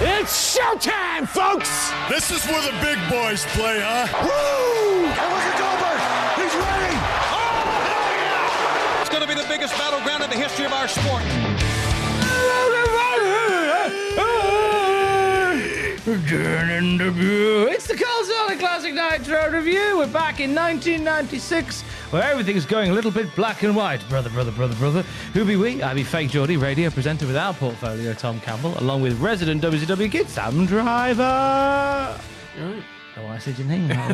It's showtime, folks! This is where the big boys play, huh? Woo! And look at Goldberg! He's ready! Oh, hell yeah! It's going to be the biggest battleground in the history of our sport. It's the Colzada Classic Nitro Review. We're back in 1996, where everything's going a little bit black and white. Brother, brother, brother, brother. Who be we? I be Fake Geordie, radio presenter with our portfolio, Tom Campbell, along with resident WCW kid, Sam Driver. Oh, I said your name. right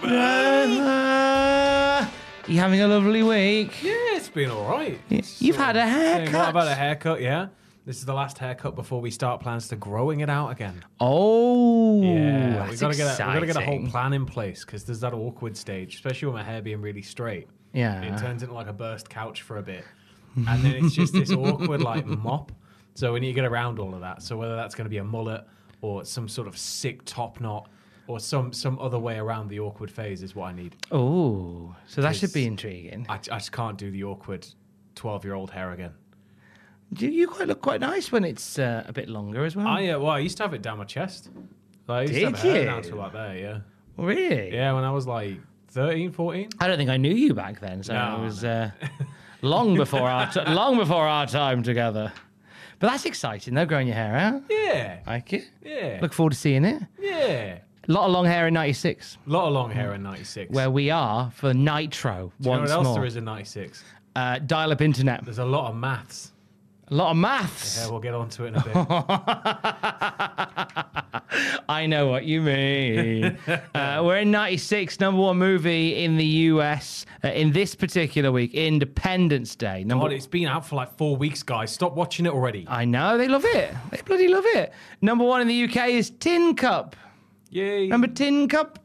there. Sam Driver. You having a lovely week? Yeah, it's um, been all right. You've had a Saying, haircut. What about a haircut? Yeah. This is the last haircut before we start plans to growing it out again. Oh, yeah, we that's gotta get a, we gotta get a whole exciting. plan in place because there's that awkward stage, especially with my hair being really straight. Yeah. it turns into like a burst couch for a bit, and then it's just this awkward like mop. So we need to get around all of that. So whether that's gonna be a mullet or some sort of sick top knot or some some other way around the awkward phase is what I need. Oh, so that should be Because- intriguing. I, I just can't do the awkward twelve year old hair again. Do you quite look quite nice when it's uh, a bit longer as well? I uh, well, I used to have it down my chest. Like, I used to have Did hair you? down to like there, yeah. really? Yeah, when I was like 13, 14. I don't think I knew you back then, so No, it was uh, long before our t- long before our time together. But that's exciting, though, growing your hair out. Yeah, Like it. yeah, Look forward to seeing it. yeah. A lot of long hair in '96, A lot of long hair in 96. where we are for Nitro Do you know once what else more. there is in 96? uh, dial-up internet. There's a lot of maths. A lot of maths. Yeah, we'll get onto it in a bit. I know what you mean. uh, we're in 96, number one movie in the US uh, in this particular week, Independence Day. Number God, it's been out for like four weeks, guys. Stop watching it already. I know, they love it. They bloody love it. Number one in the UK is Tin Cup. Yay. Remember Tin Cup?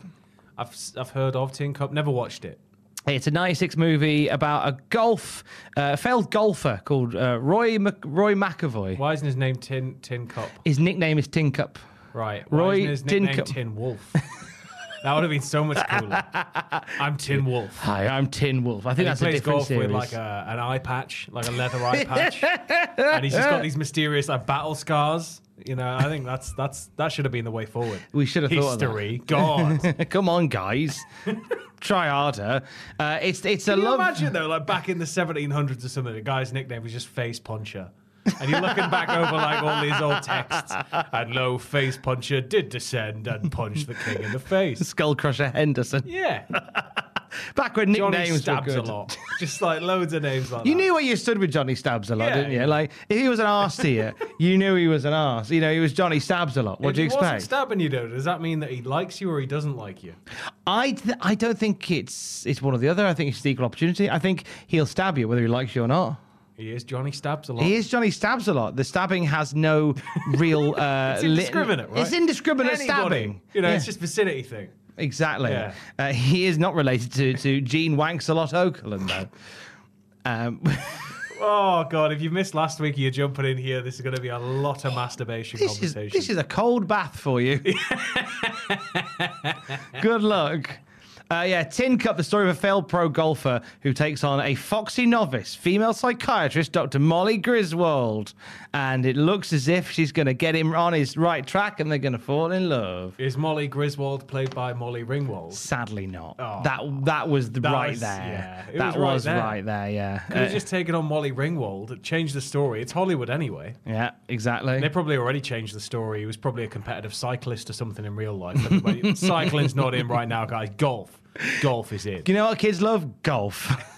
I've, s- I've heard of Tin Cup, never watched it. It's a 96 movie about a golf, uh, failed golfer called uh, Roy, Mc- Roy McAvoy. Why isn't his name Tin Tin Cup? His nickname is Tin Cup. Right. Why Roy isn't his Tin nickname Cup. Tin Wolf? that would have been so much cooler. I'm Tin Wolf. Hi, I'm Tin Wolf. I think that's he a plays different golf series. with like a, an eye patch, like a leather eye patch, and he's just got these mysterious like battle scars. You know, I think that's that's that should have been the way forward. We should have thought of that. history. God, can Come on, guys. Try harder. Uh, it's it's a you love. imagine though, like back in the 1700s or something, the guy's nickname was just Face Puncher. And you're looking back over like all these old texts, and lo, Face Puncher did descend and punch the king in the face. Skull Crusher Henderson. Yeah, Back when Johnny nicknames were stabs a good. lot, just like loads of names like You that. knew where you stood with Johnny Stabs a lot, Yeah, didn't you? yeah. Like if he was an arse to you, you knew he was an arse. You know, he was Johnny Stabs a lot. What if do you he expect? wasn't stabbing you, though, does that mean that he likes you or he doesn't like you? I th- I don't think it's it's one or the other. I think it's equal opportunity. I think he'll stab you whether he likes you or not. He is Johnny Stabs a lot. He is Johnny Stabs a lot. The stabbing has no real. Uh, It's lit- indiscriminate, right? It's indiscriminate Anybody. stabbing. You know, Yeah. it's just vicinity thing. Exactly. Yeah. Uh, he is not related to, to Gene Wanks-a-lot Oakland, though. Um, Oh god, if you missed last week, you're jumping in here. This is going to be a lot of masturbation this, is, conversation. this is a cold bath for you. Good luck. Uh, yeah, Tin Cup, the story of a failed pro golfer who takes on a foxy novice, female psychiatrist, Dr. Molly Griswold. And it looks as if she's going to get him on his right track and they're going to fall in love. Is Molly Griswold played by Molly Ringwald? Sadly, not. Oh, that that was the, that right was- there. yeah, it that was right was there. right there, yeah. Could have Uh, just taken on Molly Ringwald, changed the story. It's Hollywood anyway. yeah, exactly. They probably already changed the story. He was probably a competitive cyclist or something in real life. Everybody- cycling's not in right now, guys. Golf, golf is in. You know what kids love? Golf.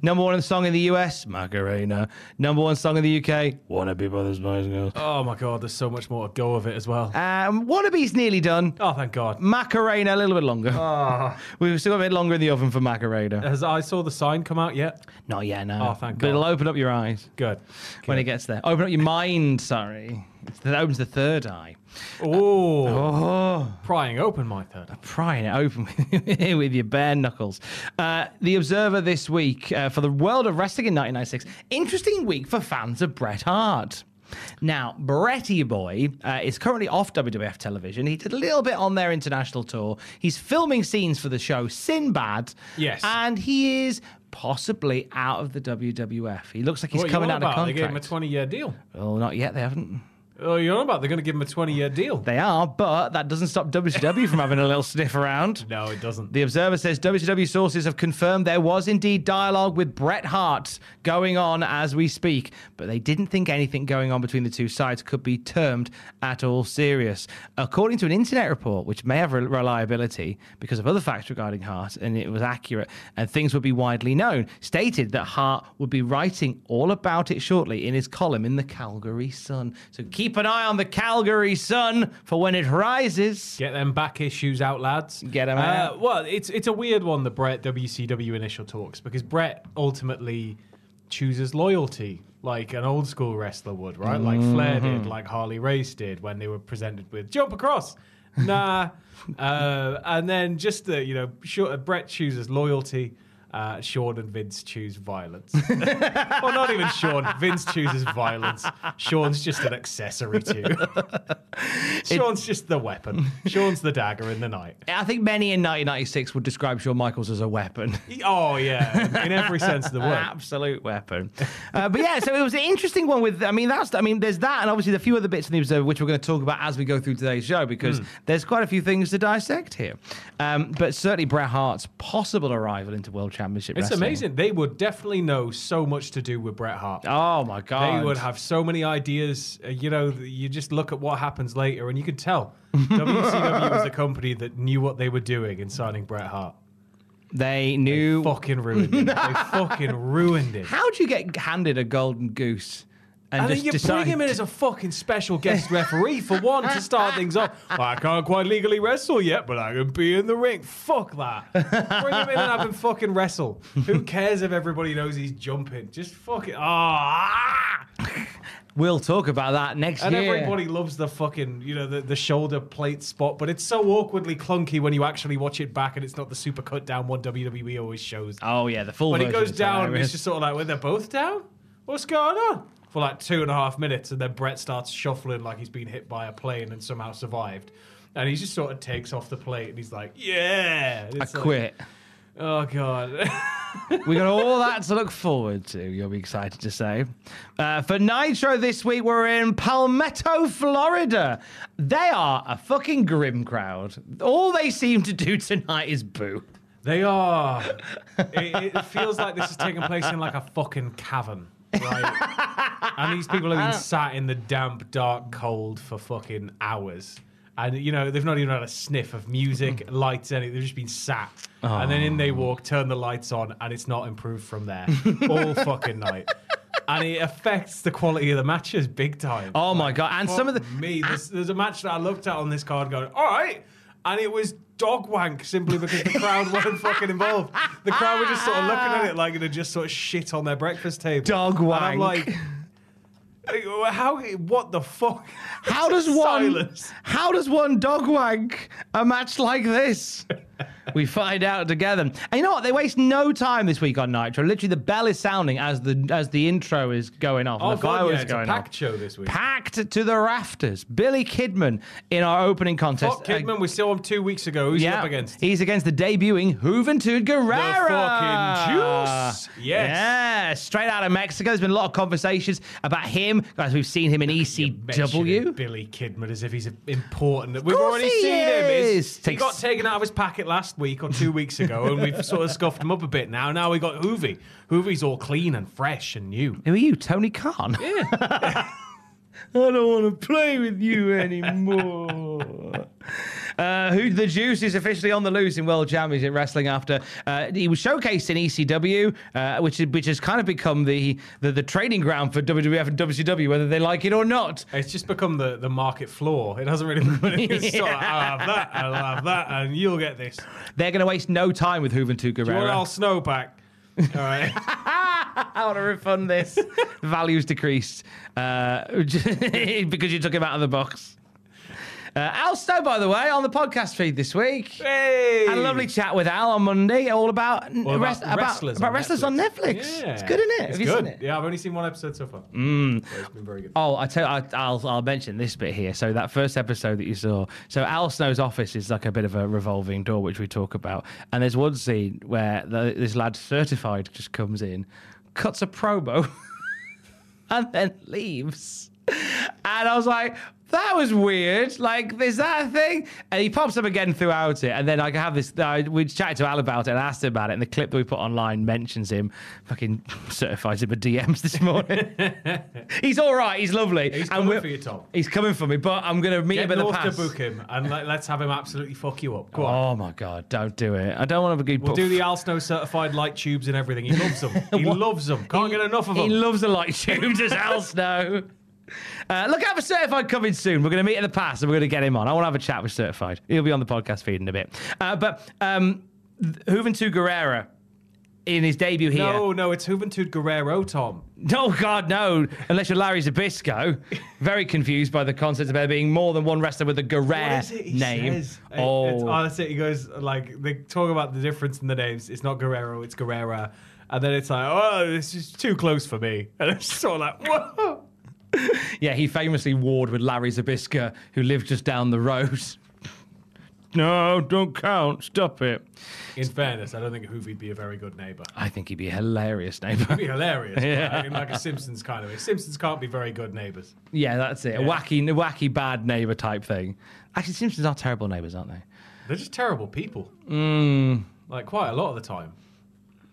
Number one song in the US, Macarena. Number one song in the UK, Wanna Be Brothers Boys and Girls. Oh my god, there's so much more to go of it as well. Um, Wannabe's nearly done. Oh, thank God. Macarena, a little bit longer. Ah. We've still got a bit longer in the oven for Macarena. Has I saw the sign come out yet? Not yet, no. Uh, Oh, thank But God. it'll open up your eyes Good. when it gets there. Open up your mind, sorry. It's- That opens the third eye. Oh, Oh. prying open my third. eye. prying it open with, with your bare knuckles. Uh, the Observer this week uh, for the World of Wrestling in 1996. Interesting week for fans of Bret Hart. Now, Bretty Boy uh, is currently off WWF television. He did a little bit on their international tour. He's filming scenes for the show Sinbad. Yes. And he is possibly out of the WWF. He looks like he's What are you coming on out of about? They gave him a contract. 20 year deal. oh, not yet. They haven't. Oh, you're on about they're going to give him a 20 year deal. They are, but that doesn't stop WCW from having a little sniff around. no, it doesn't. The Observer says WCW sources have confirmed there was indeed dialogue with Bret Hart going on as we speak, but they didn't think anything going on between the two sides could be termed at all serious. According to an internet report, which may have re- reliability because of other facts regarding Hart, and it was accurate, and things would be widely known, stated that Hart would be writing all about it shortly in his column in the Calgary Sun. So keep an eye on the Calgary Sun for when it rises. Get them back issues out, lads. Get 'em Uh, out. well, it's it's a weird one, the Brett WCW initial talks, because Brett ultimately chooses loyalty, like an old school wrestler would, right? Like Flair Mm-hmm. did, like Harley Race did when they were presented with jump across. Nah. uh, and then just the, you know, sure, Brett chooses loyalty. Uh, Sean and Vince choose violence. well, not even Sean. Vince chooses violence. Sean's just an accessory to. Sean's just the weapon. Sean's the dagger in the night. I think many in 1996 would describe Shawn Michaels as a weapon. Oh yeah, in every sense of the An word. absolute weapon. Uh, but yeah, so it was an interesting one with, I mean, that's, I mean, there's that, and obviously the few other bits in the Observer, which we're going to talk about as we go through today's show, because Hmm. there's quite a few things to dissect here. Um, but certainly Bret Hart's possible arrival into World Championship It's Wrestling. amazing. They would definitely know so much to do with Bret Hart. Oh, my God. They would have so many ideas. Uh, you know, you just look at what happens later, and you could tell WCW was a company that knew what they were doing in signing Bret Hart. They knew. Fucking ruined it. They fucking ruined it. How do you get handed a golden goose and, And then just you decide? bring him in as a fucking special guest referee for one to start things off. Well, I can't quite legally wrestle yet, but I can be in the ring. Fuck that. bring him in and have him fucking wrestle. Who cares if everybody knows he's jumping? Just fucking ah. we'll talk about that next And year. everybody loves the fucking you know the, the shoulder plate spot, but it's so awkwardly clunky when you actually watch it back, and it's not the super cut down one WWE always shows. Oh, yeah, the full When he version's goes down, hilarious. it's just sort of like, well, they're both down? What's going on? For like two and a half minutes, and then Brett starts shuffling like he's been hit by a plane and somehow survived. And he just sort of takes off the plate and he's like, yeah. And I it's like, quit. oh, God. We got all that to look forward to. You'll be excited to say. Uh, for Nitro this week, we're in Palmetto, Florida. They are a fucking grim crowd. All they seem to do tonight is boo. they are. It, it feels like this is taking place in like a fucking cavern. Right? and these people have been sat in the damp, dark, cold for fucking hours. And, you know, they've not even had a sniff of music, lights, anything. They've just been sat. And then in they walk, turn the lights on, and it's not improved from there all fucking night. And it affects the quality of the matches big time. Oh my god! And some of the Fuck me, there's, there's a match that I looked at on this card going, all right, and it was dog wank simply because the crowd weren't fucking involved. The crowd were just sort of looking at it like it had just sort of shit on their breakfast table. Dog And I'm wank. like, like, how? What the fuck? how does one Silence. how does one dog wank a match like this? We find out together. And you know what? They waste no time this week on Nitro. Literally, the bell is sounding as the as the intro is going off. and Oh, the God, fireworks yeah, it's a going packed off. show this week. Packed to the rafters. Billy Kidman in our opening contest. Fuck Kidman, we saw him two weeks ago. Who's he yeah, up against? he's against the debuting Juventud Guerrera. juice. Yes. Yeah, straight out of Mexico. There's been a lot of conversations about him, guys. We've seen him in E Mentioning ECW. Billy Kidman as if he's important. We've course already he seen him. He's- is. He Takes- got taken out of his packet last week or two weeks ago, and we've sort of scuffed him up a bit now. Now we got Hoovy. Hoovy's all clean and fresh and new. Who are you, Tony Khan? I don't want to play with you anymore. uh, who the juice is officially on the loose in World Championship Wrestling after uh, he was showcased in ECW, uh, which is, which has kind of become the, the the training ground for WWF and WCW, whether they like it or not. It's just become the, the market floor. It hasn't really become any sort of, I'll have that, I'll have that, and you'll get this. They're going to waste no time with Juventud Do you Guerrero. want our snow back? All right. I want to refund this. Values decreased uh, because you took him out of the box. Uh, Al Snow, by the way, on the podcast feed this week. Hey! Had a lovely chat with Al on Monday, all about, All about rest- about- wrestlers about on wrestlers on Netflix. Yeah. It's good, isn't it? It's Have you good. seen it? Yeah, I've only seen one episode so far. But it's been very good. Oh, I tell I, I'll I'll mention this bit here. So that first episode that you saw, so Al Snow's office is like a bit of a revolving door, which we talk about. And there's one scene where the, this lad certified just comes in, cuts a promo, and then leaves. And I was like, that was weird. Like, is that a thing? And he pops up again throughout it. And then I have this. I, we chatted to Al about it and asked him about it. And the clip that we put online mentions him. Fucking certifies him a DMs this morning. he's all right. He's lovely. He's And coming we're- for you, Tom. He's coming for me, but I'm gonna meet Get him in the North to past. book him, and let, us have him absolutely fuck you up. Go on. Oh my god! Don't do it. I don't want to be. We'll do the Al Snow certified light tubes and everything. He loves them. He loves them. Can't get enough of He them. loves the light tubes as hell, Snow. Uh, look out for Certified coming soon. We're going to meet in the past and we're going to get him on. I want to have a chat with Certified. He'll be on the podcast feed in a bit. Uh, but um, Juventud Guerrera in his debut here. no, no, it's Juventud Guerrero, Tom. No, God, no. Unless you're Larry Zabisco. Very confused by the concept of there being more than one wrestler with a Guerrera What is it he name. says? It- it's, Oh, oh, that's it. He goes like they talk about the difference in the names. It's not Guerrero, it's Guerrera, and then it's like, oh, this is too close for me. And I'm sort of like, whoa. yeah, he famously warred with Larry Zabisco, who lived just down the road. no, don't count. Stop it. In fairness, I don't think Hoovy'd be a very good neighbor. I think he'd be a hilarious neighbor. It'd be hilarious, but I mean, like a Simpsons kind of way. Simpsons can't be very good neighbors. Yeah, that's it. A wacky, wacky bad neighbor type thing. Actually, Simpsons are terrible neighbors, aren't they? They're just terrible people. Like quite a lot of the time.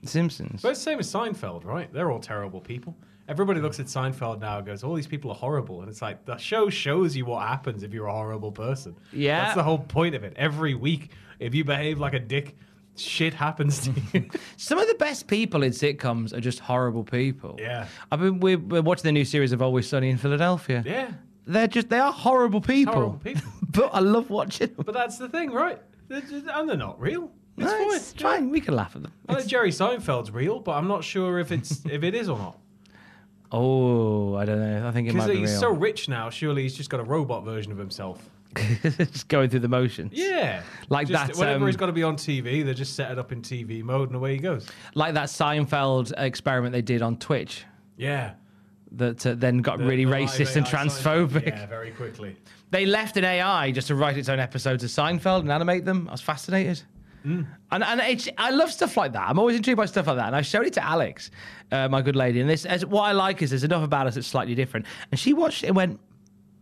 Simpsons. But it's the same as Seinfeld, right? They're all terrible people. Everybody looks at Seinfeld now and goes, all these people are horrible. And it's like, the show shows you what happens if you're a horrible person. Yeah. That's the whole point of it. Every week, if you behave like a dick, shit happens to you. Some of the best people in sitcoms are just horrible people. Yeah. I mean, we're, we're watching the new series of Always Sunny in Philadelphia. yeah. They're just, they are horrible people. Horrible people. but I love watching them. But that's the thing, right? They're just- and they're not real. It's No, fine. it's fine. We can laugh at them. I know Jerry Seinfeld's real, but I'm not sure if it's if it is or not. Oh, I don't know. I think it might Because be he's real. so rich now, surely he's just got a robot version of himself. just going through the motions. Yeah. Like Just that, Whenever um, he's got to be on TV, they just set it up in TV mode and away he goes. Like that Seinfeld experiment they did on Twitch Yeah. that uh, then got really The- the racist live and AI transphobic. Yeah, very quickly. they left an AI just to write its own episodes of Seinfeld and animate them. I was fascinated. Mm. And, and it's, I love stuff like that. I'm always intrigued by stuff like that. And I showed it to Alex, uh, my good lady. And this, as, what I like is there's enough about us that's slightly different. And she watched it and went,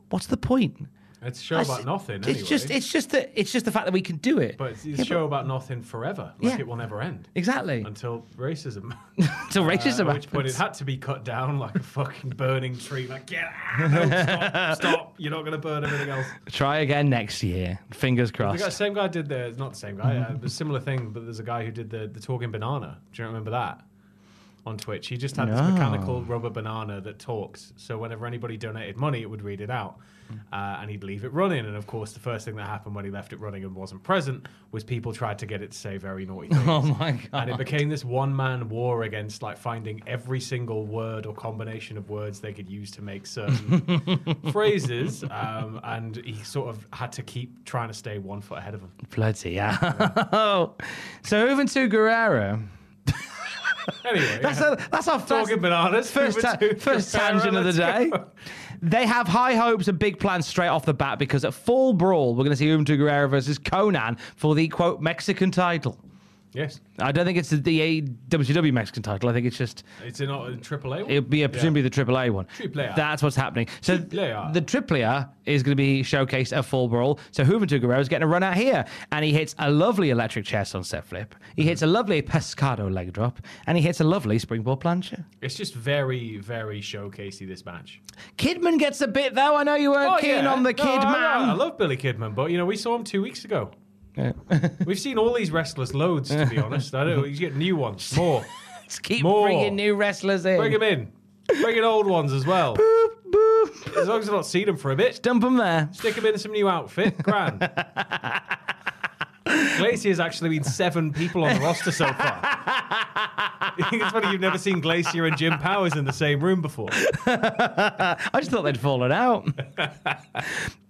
"What's the point?" It's a show I about said, nothing. It's anyway. just, it's just that, it's just the fact that we can do it. But it's, it's Yeah, a show about nothing forever. Like Yeah. it will never end. exactly. Until racism. Until racism At uh, which point it happens. had to be cut down like a fucking burning tree. Like, get out! No, stop, stop! You're not going to burn everything else. Try again next year. Fingers The guy, crossed. same guy did the, not the same guy, uh, a similar thing, but there's a guy who did the, the talking banana. Do you remember that? on Twitch. He just had this No. mechanical rubber banana that talks. So whenever anybody donated money, it would read it out, Hmm. uh, and he'd leave it running. And of course, the first thing that happened when he left it running and wasn't present was people tried to get it to say very naughty things. Oh my God. And it became this one-man war against like finding every single word or combination of words they could use to make certain phrases. Um, and he sort of had to keep trying to stay one foot ahead of them. Bloody hell. so Juventud Guerrero. Anyway, That's, yeah. our- that's our first, Talking bananas, first, ta- Juventud first Guerrero, tangent of the let's day. go. They have high hopes and big plans straight off the bat because at Full Brawl, we're going to see Umtu Guerrero versus Conan for the quote Mexican title. yes, I don't think it's the, the WCW Mexican title. I think it's just it's in uh, triple A. It'll be a, presumably the AAA one. Triple A. That's what's happening. So th- Triple A. the Triple A is going to be showcased at Full Brawl. So Juventud Guerrero is getting a run out here, and he hits a lovely electric chest on set flip. Mm-hmm. He hits a lovely pescado leg drop, and he hits a lovely springboard plancha. It's just very, very showcasey this match. Kidman gets a bit though. I know you weren't keen on the Oh, No, Kidman. I, I love Billy Kidman, but you know we saw him two weeks ago. We've seen all these wrestlers loads, to be honest. I don't. You get new ones, more. Let's keep More. bringing new wrestlers in. Bring them in. Bring in old ones as well. Boop boop. As long as I've not seen them for a bit, Dump them there. stick them in some new outfit. Grand. Glacier's actually been seven people on the roster so far. it's funny you've never seen Glacier and Jim Powers in the same room before. I just thought they'd fallen out.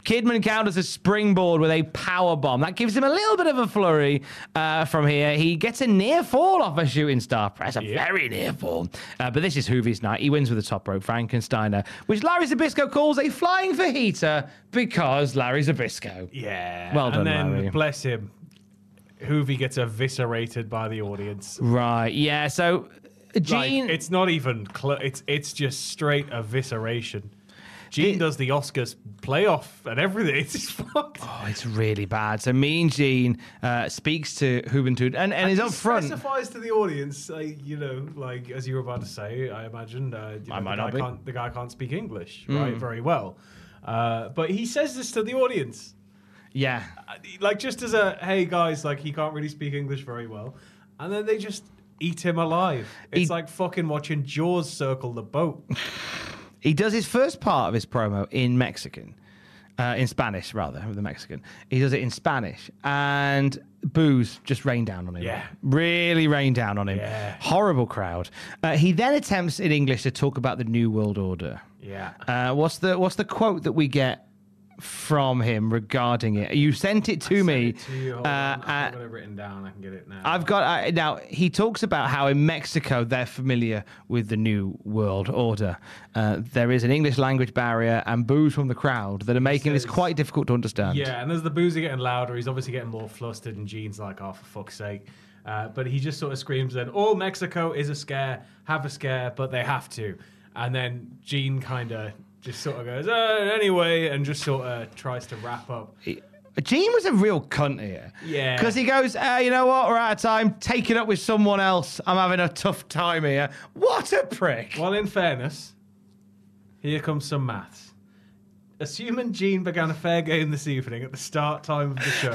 Kidman counters a springboard with a power bomb. That gives him a little bit of a flurry uh, from here. He gets a near fall off a shooting star press, a very near fall. Uh, but this is Hoovy's night. He wins with a top rope Frankensteiner, which Larry Zabisco calls a flying fajita because Larry Zabisco. Yeah. Well done, And then, Larry. bless him, Hoovy gets eviscerated by the audience. Right. Yeah. So uh, Gene. Like, it's not even cl- it's it's just straight evisceration. Gene The- does the Oscars playoff and everything. It's just fucked. Oh, it's really bad. So Mean Gene uh, speaks to Juventud and, and is He up front. Specifies to the audience, uh, you know, like as you were about to say, I imagine uh, you know, I might the, not guy be. Hmm. can't, the guy can't speak English right very well, uh, but he says this to the audience, Yeah. Uh, like just as a hey guys, like he can't really speak English very well, and then they just eat him alive. It's He- like fucking watching Jaws circle the boat. He does his first part of his promo in Mexican, uh, in Spanish rather, with the Mexican. He does it in Spanish, and booze just rain down on him. Yeah. really rain down on him. Yeah. Horrible crowd. Uh, he then attempts in English to talk about the New World Order. Yeah. Uh, what's the What's the quote that we get? From him regarding it, you sent it to me. Send it to you. Hold uh, on. uh, I've got it written down. I can get it now. I've got I, now. He talks about how in Mexico they're familiar with the new world order. Uh, there is an English language barrier and boos from the crowd that are making this says- quite difficult to understand. Yeah, and as the booze are getting louder, he's obviously getting more flustered, and Gene's like, oh, for fuck's sake. Uh, but he just sort of screams then, oh, Mexico is a scare, have a scare, but they have to. And then Gene kind of just sort of goes, oh, anyway, and just sort of tries to wrap up. Gene was a real cunt here. Yeah. because he goes, uh, you know what? We're out of time. Take it up with someone else. I'm having a tough time here. What a prick! Well, in fairness, here comes some maths. Assuming Gene began a fair game this evening at the start time of the show.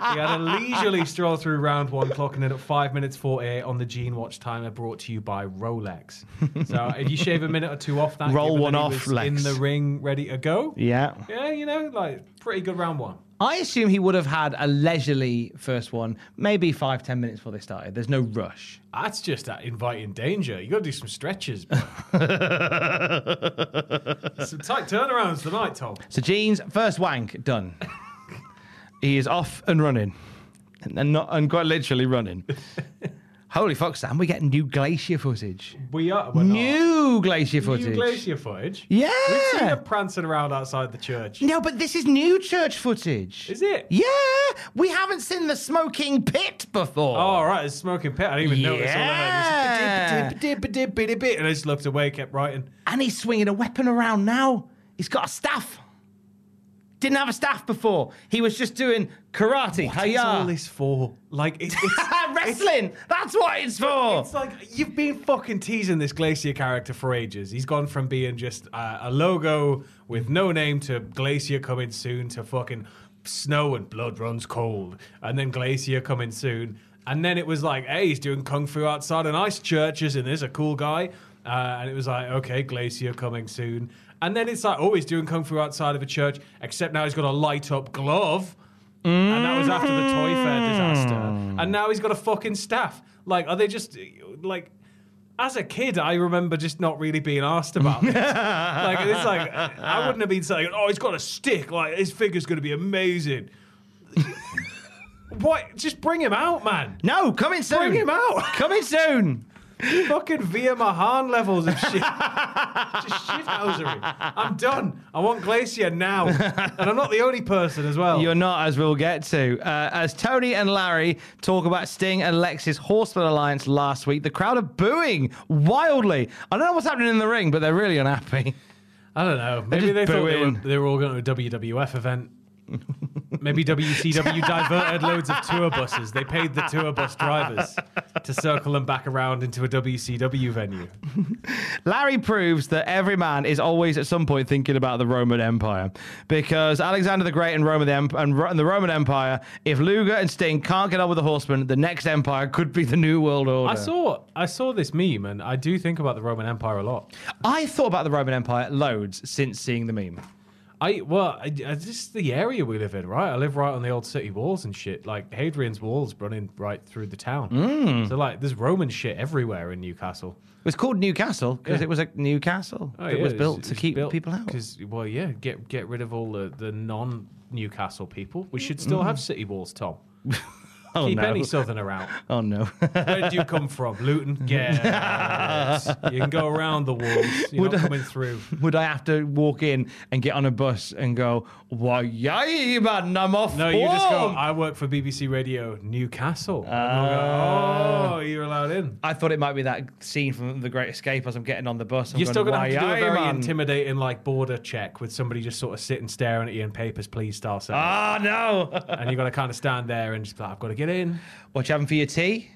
We had a leisurely stroll through round one, clocking in at five minutes 48 on the Gene Watch timer brought to you by Rolex. So uh, if you shave a minute or two off that, Roll given one that he off, was In Lex. the ring, ready to go. yeah. Yeah, you know, like pretty good round one. I assume he would have had a leisurely first one, maybe five, ten minutes before they started. There's no rush. That's just that inviting danger. You got to do some stretches. bro. some tight turnarounds tonight, Tom. So Gene's first wank done. he is off and running, and and not and quite literally running. Holy fuck, Sam! We get new glacier footage. We are we're not. New glacier Oh. New footage. glacier footage. Yeah. we've seen them prancing around outside the church. No, but this is new church footage. Is it? Yeah, we haven't seen the smoking pit before. Oh, all right, it's smoking pit. I didn't even notice. All I Yeah. heard was "Bidip, bidip, bidip, bidip, bidip," and I just looked away, kept writing. And he's swinging a weapon around now. He's got a staff. Didn't have a staff before. He was just doing karate. What's Hiya. all this for? Like it, it's Wrestling. That's what it's for. It's like you've been fucking teasing this Glacier character for ages. He's gone from being just uh, a logo with no name to Glacier coming soon to fucking snow and blood runs cold, and then Glacier coming soon. And then it was like, hey, he's doing kung fu outside a nice churches, and there's a cool guy. Uh, and it was like, okay, Glacier coming soon. And then it's like, oh, he's doing kung fu outside of a church, except now he's got a light up glove. And that was after the Toy Fair disaster. And now he's got a fucking staff. Like, are they just like? As a kid, I remember just not really being asked about this. like, it's like I wouldn't have been saying, "Oh, he's got a stick. Like his figure's going to be amazing." what? Just bring him out, man. No, come in soon. Bring him out. Come in soon. Fucking Via Mahan levels of shit. just shithousery. I'm done. I want Glacier now. And I'm not the only person as well. You're not, as we'll get to. Uh, as Tony and Larry talk about Sting and Lex's Horseman Alliance last week, the crowd are booing wildly. I don't know what's happening in the ring, but they're really unhappy. I don't know. They're Maybe they just thought they were, booing. they were all going to a WWF event. Maybe WCW diverted loads of tour buses. They paid the tour bus drivers to circle them back around into a WCW venue. Larry proves that every man is always at some point thinking about the Roman Empire because Alexander the Great and Rome of the Emp- and, Ro- and the Roman Empire. If Luger and Sting can't get on with the Horsemen, the next empire could be the New World Order. I saw I saw this meme, and I do think about the Roman Empire a lot. I thought about the Roman Empire loads since seeing the meme. I well, I, I just the area we live in, right? I live right on the old city walls and shit. Like Hadrian's walls running right through the town. So like, there's Roman shit everywhere in Newcastle. It was called Newcastle because it was a new castle Oh, that yeah, was it's- built to it's keep built people out. 'cause- well, yeah, get get rid of all the, the non Newcastle people. We should still have city walls, Tom. Mm. Oh keep no! any southerner out. oh no! Where do you come from, Luton? Yes, you can go around the walls. You're Would not I- coming through. Would I have to walk in and get on a bus and go? Why, yay, man! I'm off. No, you just go. home." I work for BBC Radio Newcastle. And Ah. we'll go, oh, you're allowed in. I thought it might be that scene from The Great Escape as I'm getting on the bus. I'm You're still going going to have to do a "Why, very man?" intimidating, like, border check with somebody just sort of sitting staring at you in papers, please, star seven. Ah, no. and you're going to kind of stand there and just be like, I've got to get in. what you having for your tea?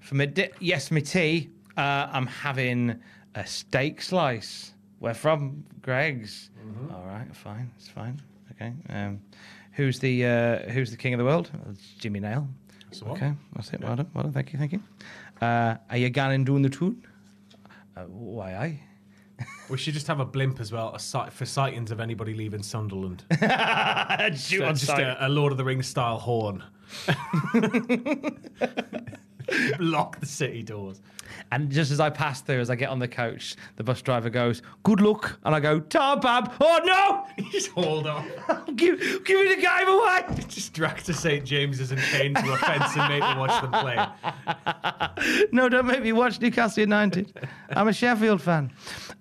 For my di- yes, my tea. Uh, I'm having a steak slice. Where from? Greg's. All right, fine. It's fine. Okay. Um, who's the uh, Who's the king of the world? It's Jimmy Nail. okay, that's it. Well done. Well done. Thank you. Thank you. Uh, are you going and doing the tune? Uh, why I? We should just have a blimp as well a sight, for sightings of anybody leaving Sunderland. Shoot So on it's just sight. a, a Lord of the Rings style horn. Lock the city doors. And just as I pass through, as I get on the coach, the bus driver goes, "Good luck," and I go, "Tabab." Oh no! Just hold on. give, give me the game away! Just drag to St. James's and chain to a fence and make them watch them play. No, don't make me watch Newcastle United. I'm a Sheffield fan.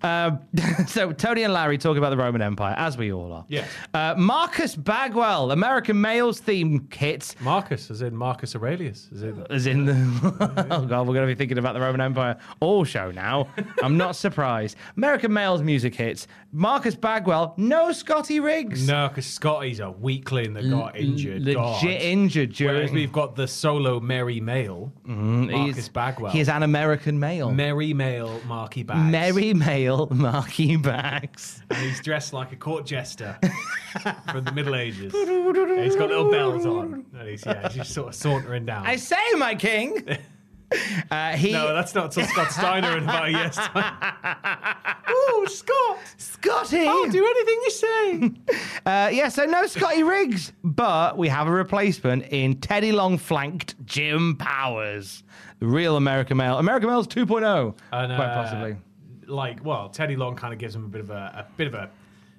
Um, so Tony and Larry talk about the Roman Empire, as we all are. Yes. Uh, Marcus Bagwell, American Males theme kit. Marcus, as in Marcus Aurelius, as in As in, the, oh god, we're going to be thinking about the Roman Empire all show now. I'm not surprised. American Males music hits. Marcus Bagwell, no Scotty Riggs. No, because Scotty's a weakling that got injured. legit God. injured Whereas during. Mm-hmm. we've got the solo Merry Male, Marcus He's- Bagwell. He is an American male. Merry Male Marky Bags. Merry male Marky Bags. And he's dressed like a court jester from the Middle Ages. And he's got little bells on. And he's, yeah, he's just sort of sauntering down. I say, my king. Uh, he no, that's not till Scott Steiner and by yes time. Ooh, Scott! Scotty. I'll do anything you say. eh? Uh, yeah, so no Scotty Riggs, but we have a replacement in Teddy Long flanked Jim Powers, the real American male. American males 2.0, And, quite uh, possibly. Like, well, Teddy Long kind of gives him a bit of a, a bit of a,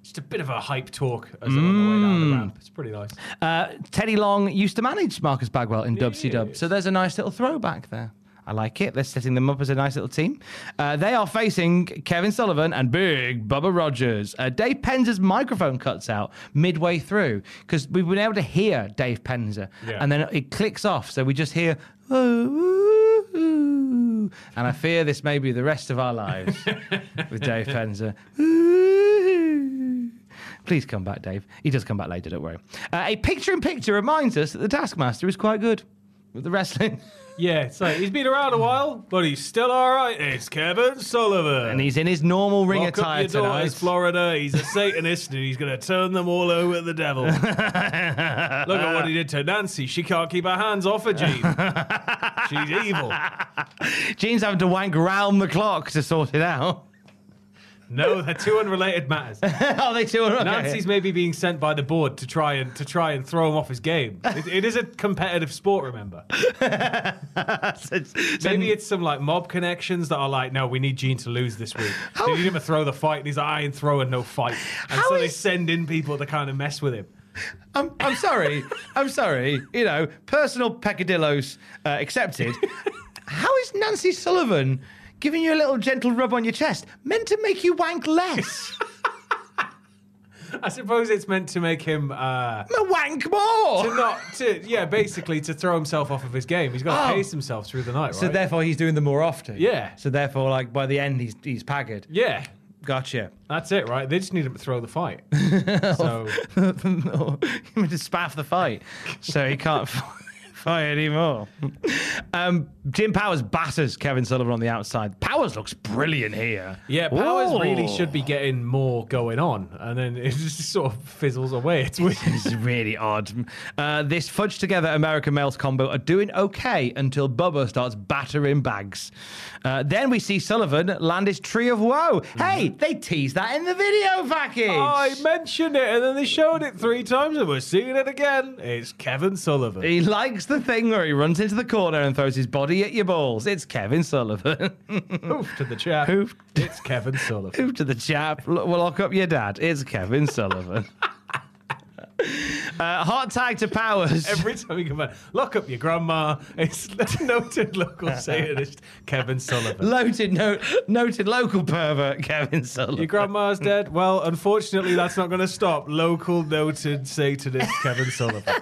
just a bit of a hype talk as they're on the way down the ramp. It's pretty nice. Uh, Teddy Long used to manage Marcus Bagwell in Dub C Dub, so there's a nice little throwback there. I like it. They're setting them up as a nice little team. Uh, they are facing Kevin Sullivan and Big Bubba Rogers. Uh, Dave Penza's microphone cuts out midway through because we've been able to hear Dave Penza, Yeah. and then it clicks off, so we just hear. "Oh, "Ooh, ooh." And I fear this may be the rest of our lives with Dave Penza. Ooh. Please come back, Dave. He does come back later, don't worry. Uh, a picture in picture reminds us that the Taskmaster is quite good with the wrestling. Yeah, it's like he's been around a while, but he's still all right. It's Kevin Sullivan, And he's in his normal ring Lock up attire your tonight. daughters, Florida. He's a Satanist, and he's going to turn them all over to the devil. Look at what he did to Nancy. She can't keep her hands off her, Gene. She's evil. Gene's having to wank round the clock to sort it out. No, they're two unrelated matters. Are they two? Okay. Nancy's maybe being sent by the board to try and to try and throw him off his game. It, it is a competitive sport, remember. So it's- so Maybe it's some like mob connections that are like, no, we need Gene to lose this week. They need him to throw the fight, and he's like, I ain't throwing no fight. And How so they is- send in people to kind of mess with him. I'm, I'm sorry. I'm sorry. You know, personal peccadillos uh, accepted. How is Nancy Sullivan giving you a little gentle rub on your chest meant to make you wank less? I suppose it's meant to make him uh, i wank more. to not to yeah, basically to throw himself off of his game. He's got to Oh. pace himself through the night, right? So therefore, he's doing them more often. Yeah. So therefore, like by the end, he's he's pagged. yeah, Gotcha. that's it, right? They just need him to throw the fight. so No, he meant to spaff the fight, so he can't f- fight anymore. Um, Jim Powers batters Kevin Sullivan on the outside. Powers looks brilliant here. yeah, Powers really Ooh. should be getting more going on, and then it just sort of fizzles away. It's weird. This is really odd. Uh, this fudge together American males combo are doing okay until Bubba starts battering bags. Uh, then we see Sullivan land his tree of woe. Hey, they teased that in the video package. I mentioned it, and then they showed it three times, and we're seeing it again. It's Kevin Sullivan. he likes the thing where he runs into the corner and throws his body at your balls. It's Kevin Sullivan. Hoof to the chap. Hoof. It's Kevin Sullivan. Move to the chap. Look, We'll lock up your dad. It's Kevin Sullivan. uh, hot tag to Powers. Every time you come back, lock up your grandma. It's noted local satirist Kevin Sullivan. Loaded, no, noted local pervert Kevin Sullivan. Your grandma's dead? Well, unfortunately, that's not going to stop local noted Satanist Kevin Sullivan.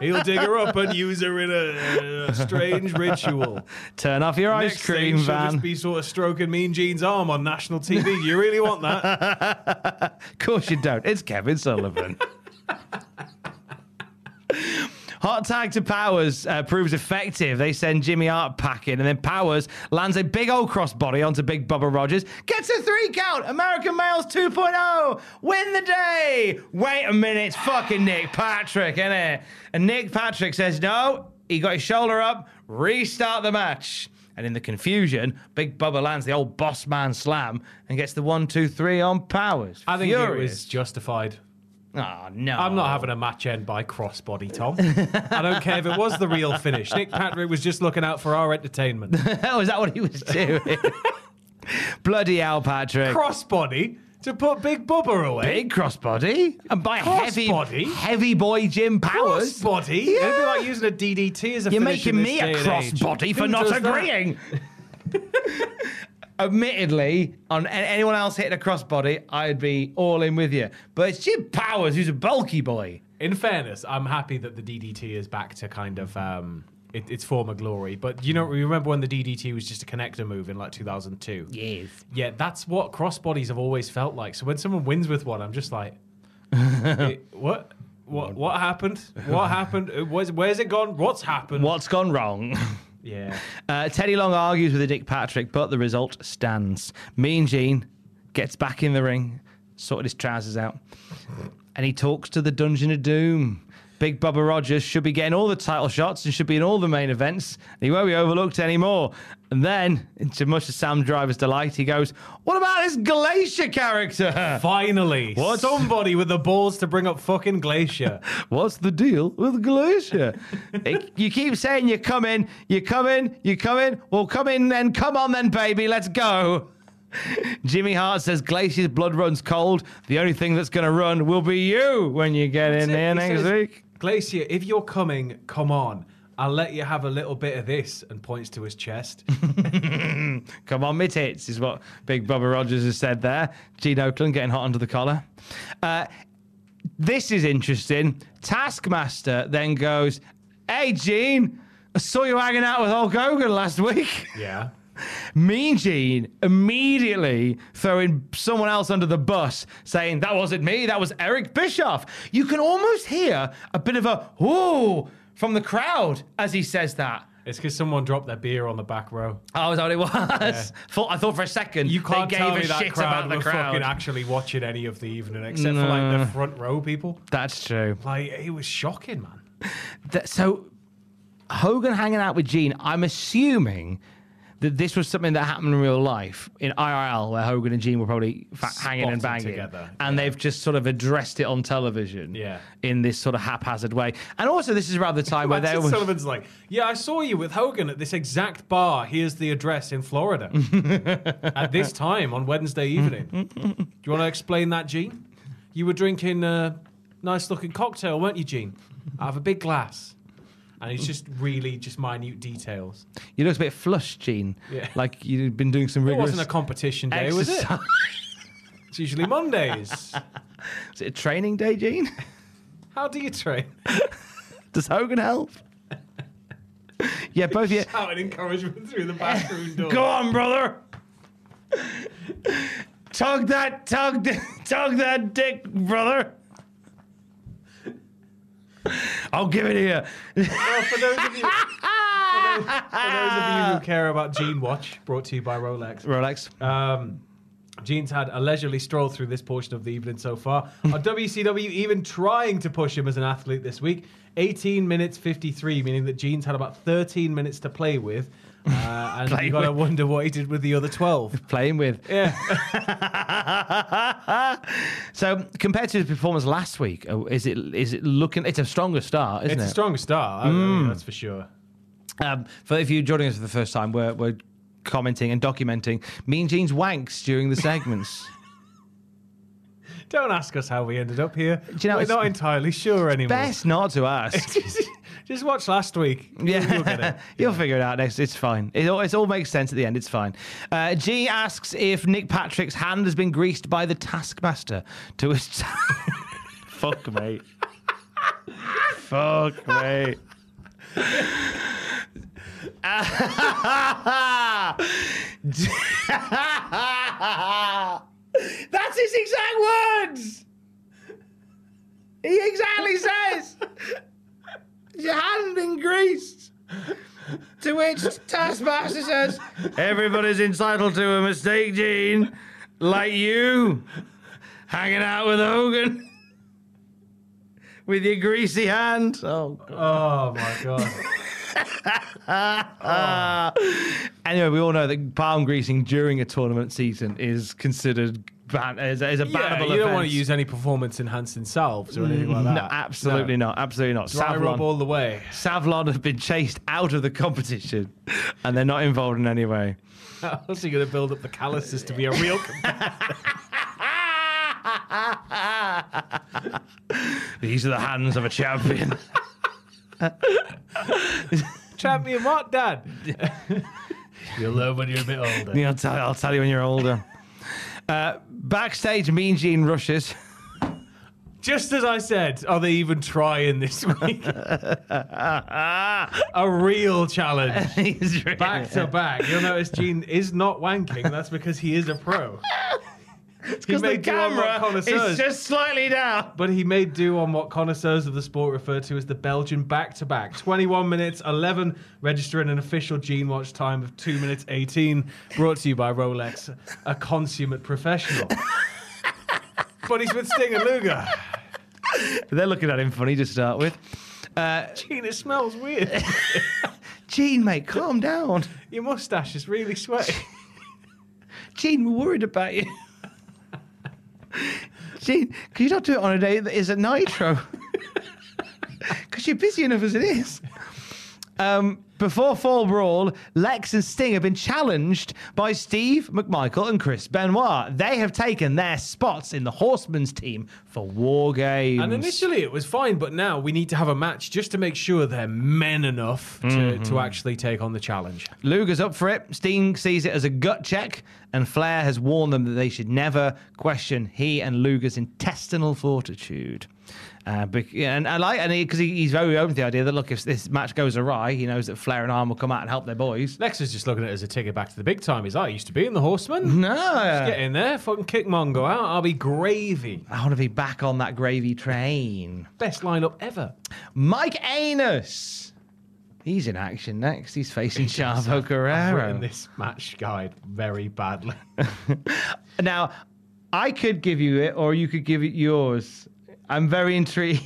He'll dig her up and use her in a, a strange ritual. Turn off your ice Next cream thing, she'll van. just be sort of stroking Mean Gene's arm on national TV. Do you really want that? Of course you don't. It's Kevin Sullivan. Hot tag to Powers uh, proves effective. They send Jimmy Hart packing, and then Powers lands a big old crossbody onto Big Bubba Rogers. Gets a three count. American Males 2.0. Win the day. Wait a minute. It's fucking Nick Patrick, innit? And Nick Patrick says, no. He got his shoulder up. Restart the match. And in the confusion, Big Bubba lands the old boss man slam and gets the one, two, three on Powers. I think it Furious. was justified. Oh, no. I'm not having a match end by crossbody, Tom. I don't care if it was the real finish. Nick Patrick was just looking out for our entertainment. Oh, is that what he was doing? Bloody hell, Patrick. crossbody to put Big Bubba away. Big crossbody. And by heavy Crossbody? heavy boy Jim Powers. crossbody? Yeah. It'd be like using a DDT as a You're finish making in me a this day and age. crossbody for Who not does that? agreeing. Admittedly, on a- anyone else hitting a crossbody, I'd be all in with you. But it's Jim Powers who's a bulky boy. In fairness, I'm happy that the DDT is back to kind of um, it, its former glory. But you know, you remember when the DDT was just a connector move in like 2002? Yes. Yeah, that's what crossbodies have always felt like. So when someone wins with one, I'm just like, "It- what? What? What happened? What happened? Uh, Where's, where's it gone? What's happened? What's gone wrong? Yeah. Uh, Teddy Long argues with the Dick Patrick, but the result stands. Mean Gene gets back in the ring, sorted his trousers out, and he talks to the Dungeon of Doom. Big Bubba Rogers should be getting all the title shots and should be in all the main events. And he won't be overlooked anymore. And then, to much of Sam Driver's delight, he goes, What about this Glacier character? Finally, What? somebody with the balls to bring up fucking Glacier. What's the deal with Glacier? It- you keep saying you're coming, you're coming, you're coming. Well, come in then. Come on then, baby. Let's go. Jimmy Hart says Glacier's blood runs cold. The only thing that's going to run will be you when you get in there He next says, week. Glacier, if you're coming, come on. I'll let you have a little bit of this, and points to his chest. Come on, me tits, is what Big Bubba Rogers has said there. Gene Oakland getting hot under the collar. Uh, this is interesting. Taskmaster then goes, Hey, Gene, I saw you hanging out with Hulk Hogan last week. yeah. Mean Gene immediately throwing someone else under the bus, saying, That wasn't me, that was Eric Bischoff. You can almost hear a bit of a, Ooh, from the crowd as he says that. It's because someone dropped their beer on the back row. Oh, is that what it was? Thought, I thought for a second You can't they gave tell a me that shit crowd about the were crowd. fucking actually watching any of the evening, except for like No. the front row people. That's true. Like it was shocking, man. That- so Hogan hanging out with Gene, I'm assuming that this was something that happened in real life in IRL, where Hogan and Gene were probably fa- hanging and Spotted banging, together, and they've just sort of addressed it on television, Yeah. in this sort of haphazard way. And also, this is around the time where they Imagine were. Sullivan's like, yeah, I saw you with Hogan at this exact bar. Here's the address in Florida at this time on Wednesday evening. Do you want to explain that, Gene? You were drinking a nice looking cocktail, weren't you, Gene? I have a big glass. And it's just really just minute details. You look a bit flushed, Gene. Yeah. Like you've been doing some It rigorous. wasn't a competition day, was it? exercise. It's usually Mondays. Is it a training day, Gene? How do you train? Does Hogan help? yeah, both of you. Shouting encouragement through the bathroom door. Go on, brother. tug that, tug, tug that dick, brother. I'll give it here. Well, for those of you, for those, for those of you who care about Gene Watch, brought to you by Rolex. Rolex. Um, Gene's had a leisurely stroll through this portion of the evening so far. Are WCW even trying to push him as an athlete this week? 18 minutes 53, meaning that Gene's had about 13 minutes to play with. Uh, and Play you gotta with. wonder what he did with the other 12. Playing with. Yeah. so compared to his performance last week, oh, is it is it looking? It's a stronger start, isn't it's it? Mm. a stronger start, I mean, that's for sure. Um, for if you're joining us for the first time, we're, we're commenting and documenting Mean Gene's wanks during the segments. Don't ask us how we ended up here. you know, We're it's not entirely sure anymore. Best not to ask. Just watch last week. Yeah, You'll get it. You'll figure it out next. It's fine. It all, it all makes sense at the end. It's fine. Uh, G asks if Nick Patrick's hand has been greased by the Taskmaster to his. Fuck mate. Fuck mate. That's his exact words. He exactly says, "Your hand been greased." To which Taskmaster says, "Everybody's entitled to a mistake, Gene, like you hanging out with Hogan." With your greasy hand. Oh, God. Oh my god. Anyway, we all know that palm greasing during a tournament season is considered ban- is, is a bannable yeah, you offense. don't want to use any performance enhancing salves or anything like that. No, absolutely not. Absolutely not. Dry rub Savlon, all the way. Savlon have been chased out of the competition, and they're not involved in any way. How else are you going to build up the calluses to be a real? comp- These are the hands of a champion. Champion what, Dad? You'll learn when you're a bit older. I'll, tell, I'll tell you when you're older. Uh, backstage, Mean Gene rushes. Just as I said, are they even trying this week? a real challenge. He's re- Back to back. You'll notice Gene is not wanking. That's because he is a pro. because the camera is just slightly down. But he made do on what connoisseurs of the sport refer to as the Belgian back to back. 21 minutes 11, registering an official Gene Watch time of 2 minutes 18, brought to you by Rolex, a consummate professional. but he's with Sting and Luger. They're looking at him funny to start with. Gene, it smells weird. Gene, mate, calm down. Your mustache is really sweaty. Gene, we're worried about you. Gene, could you not do it on a day that is a nitro? Because you're busy enough as it is. Um, before Fall Brawl, Lex and Sting have been challenged by Steve McMichael and Chris Benoit. They have taken their spots in the Horsemen's team for War Games. And initially it was fine, but now we need to have a match just to make sure they're men enough to, to actually take on the challenge. Luger's up for it. Sting sees it as a gut check, and Flair has warned them that they should never question he and Luger's intestinal fortitude. Uh, bec- and I like, and because he, he's very open to the idea that look, if this match goes awry, he knows that Flair and Arn will come out and help their boys. Lex is just looking at it as a ticket back to the big time. He's like, I used to be in the Horseman. No, Get in there, fucking kick Mongo out. I'll be gravy. I want to be back on that gravy train. Best lineup ever. Mike Anus He's in action next. He's facing Chavo I've Guerrero. written this match guide very badly. Now, I could give you it, or you could give it yours. I'm very intrigued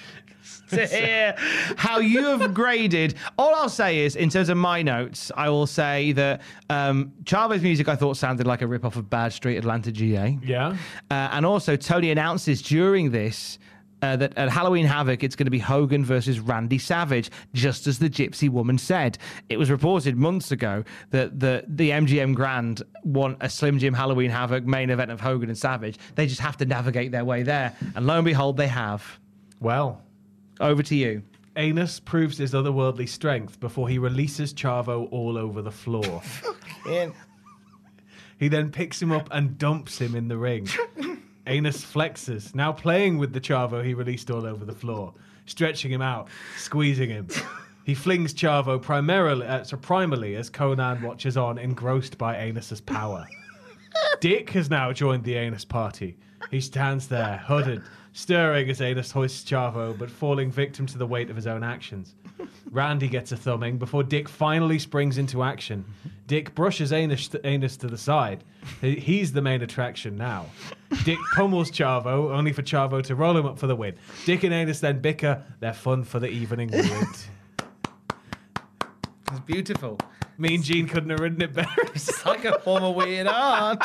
to hear how you have graded. All I'll say is, in terms of my notes, I will say that um, Chavo's music I thought sounded like a rip off of Bad Street Atlanta GA. yeah. Uh, and also, Tony announces during this. Uh, that at Halloween Havoc, it's going to be Hogan versus Randy Savage, just as the Gypsy Woman said. It was reported months ago that the, the MGM Grand want a Slim Jim Halloween Havoc main event of Hogan and Savage. They just have to navigate their way there. And lo and behold, they have. Well, Over to you. Anus proves his otherworldly strength before he releases Chavo all over the floor. He then picks him up and dumps him in the ring. Anus flexes, now playing with the Chavo he released all over the floor, stretching him out, squeezing him. He flings Chavo primarily, uh, so primarily as Conan watches on, engrossed by Anus's power. Dick has now joined the Anus party. He stands there, hooded, stirring as Anus hoists Chavo, but falling victim to the weight of his own actions. Randy gets a thumbing before Dick finally springs into action. Dick brushes Anus, Anus to the side. He- He's the main attraction now. Dick pummels Chavo, only for Chavo to roll him up for the win. Dick and Anus then bicker. They're fun for the evening ruined. It's beautiful. mean Gene couldn't have written it better. It's like a form of weird art.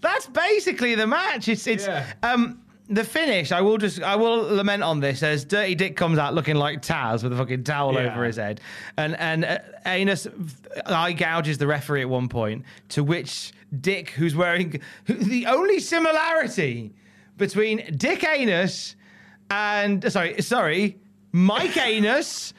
That's basically the match. It's it's Yeah. um the finish. I will just I will lament on this as Dirty Dick comes out looking like Taz with a fucking towel Yeah. over his head, and and uh, Anus eye gouges the referee at one point. To which Dick, who's wearing who, the only similarity between Dick Anus and uh, sorry sorry Mike Anus.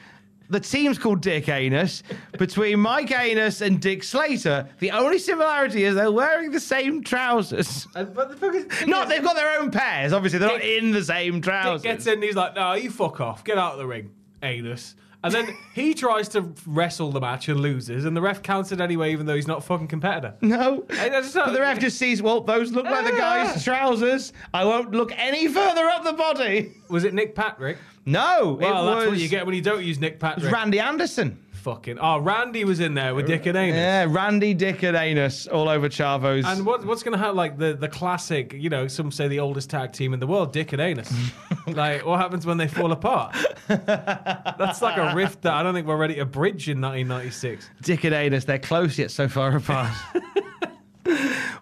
The team's called Dick Anus. Between Mike Anus and Dick Slater, the only similarity is they're wearing the same trousers. but Uh, the fuck is, Not they've got their own pairs. Obviously, they're not in the same trousers. Dick gets in, he's like, no, you fuck off. Get out of the ring, anus. And then he tries to wrestle the match and loses, and the ref counts it anyway, even though he's not a fucking competitor. No, I just but don't- the ref just sees. Well, those look like the Ah. guy's trousers. I won't look any further up the body. Was it Nick Patrick? No, Well, it that's was, what you get when you don't use Nick it Patrick. was Randy Anderson. Fucking. Oh, Randy was in there with Dick and Anus. Yeah, Randy Dick and Anus all over Chavo's. And what, what's going to happen? Like the, the classic, you know, some say the oldest tag team in the world, Dick and Anus. like, what happens when they fall apart? That's like a rift that I don't think we're ready to bridge in 1996. Dick and Anus, they're close yet so far apart.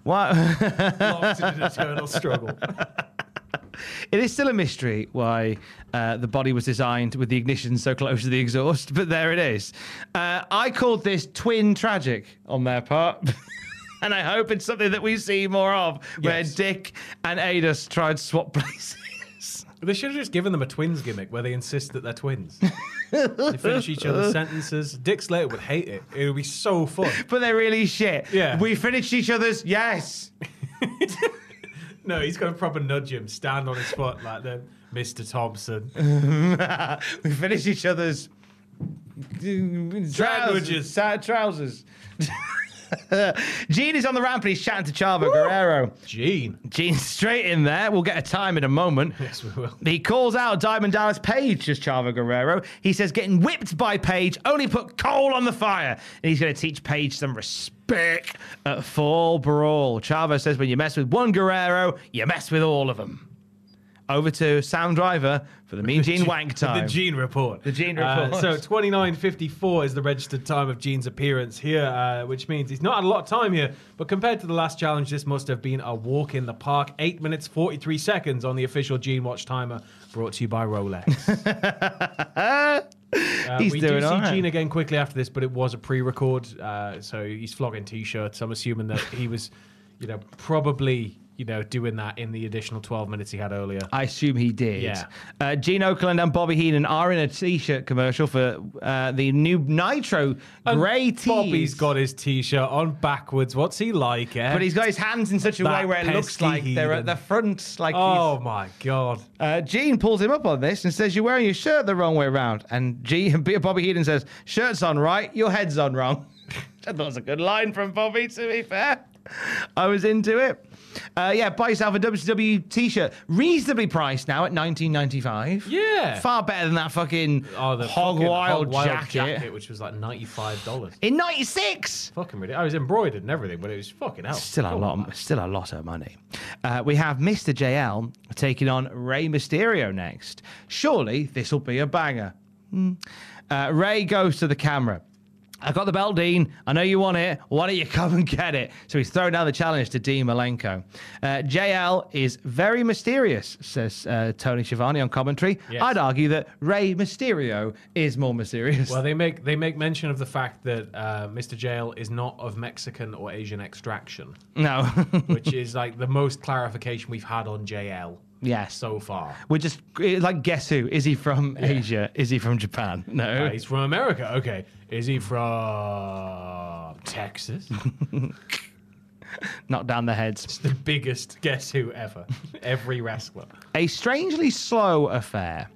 Why? Locked in an eternal struggle. It is still a mystery why uh, the body was designed with the ignition so close to the exhaust, but there it is. Uh, I called this twin tragic on their part. And I hope it's something that we see more of, where Yes. Dick and Adus try and swap places. They should have just given them a twins gimmick where they insist that they're twins. they finish each other's sentences. Dick Slater would hate it. It would be so fun. but they're really shit. Yeah. We finished each other's, yes. No, he's going to proper nudge him, stand on his foot like then Mr. Thompson. we finished each other's Sandwiches. trousers. Sa- trousers. Gene is on the ramp and he's shouting to Chavo Guerrero. Gene. Gene's straight in there. We'll get a time in a moment. Yes, we will. He calls out Diamond Dallas Page as Chavo Guerrero. He says getting whipped by Page only put coal on the fire. And he's going to teach Page some respect at Fall Brawl. Chavo says when you mess with one Guerrero, you mess with all of them. Over to Sam Driver for the Mean Gene Wank time. The Gene report. The Gene Uh, report. so 29.54 is the registered time of Gene's appearance here, uh, which means he's not had a lot of time here. But compared to the last challenge, this must have been a walk in the park. 8 minutes 43 seconds on the official Gene Watch timer, brought to you by Rolex. Uh, he's we doing do see all right. Gene again quickly after this, but it was a pre-record, uh, so he's flogging t-shirts. I'm assuming that he was, you know, probably you know doing that in the additional 12 minutes he had earlier. I assume he did. Yeah. Uh, Gene Oakland and Bobby Heenan are in a t-shirt commercial for uh, the new Nitro Grey tee. Bobby's got his t-shirt on backwards. What's he like? Eh? But he's got his hands in such a That way where it looks pesky like they're at heathen. the front. Like Oh he's- my god! uh, Gene pulls him up on this and says, "You're wearing your shirt the wrong way round." And Gene, Bobby Heenan says, "Shirt's on right, your head's on wrong." I thought it was a good line from Bobby. To be fair, I was into it. Uh, yeah, buy yourself a WCW t-shirt, reasonably priced now at 19.95. Yeah. far better than that fucking Oh, the hog, fucking wild Hog Wild jacket. which was like ninety five dollars. in 96. Fucking ridiculous. I was embroidered and everything, but it was fucking hell. Still a Come lot, Oh. on. still a lot of money. Uh, we have Mr. JL taking on Rey Mysterio next. Surely this will be a banger. Hmm. Uh, Ray goes to the camera. I got the belt, Dean. I know you want it. Why don't you come and get it? So he's thrown down the challenge to Dean Malenko. Uh, JL is very mysterious, says uh, Tony Schiavone on commentary. Yes. I'd argue that Ray Mysterio is more mysterious. Well, they make they make mention of the fact that uh, Mr. Jail is not of Mexican or Asian extraction, no. which is like the most clarification we've had on JL. Yes. so far. We're just eh, like, guess who? Is he from Asia? Is he from Japan? No. Uh, he's from America. Okay, is he from Texas? Knock down the heads. it's the biggest guess who ever. Every wrestler. A strangely slow affair.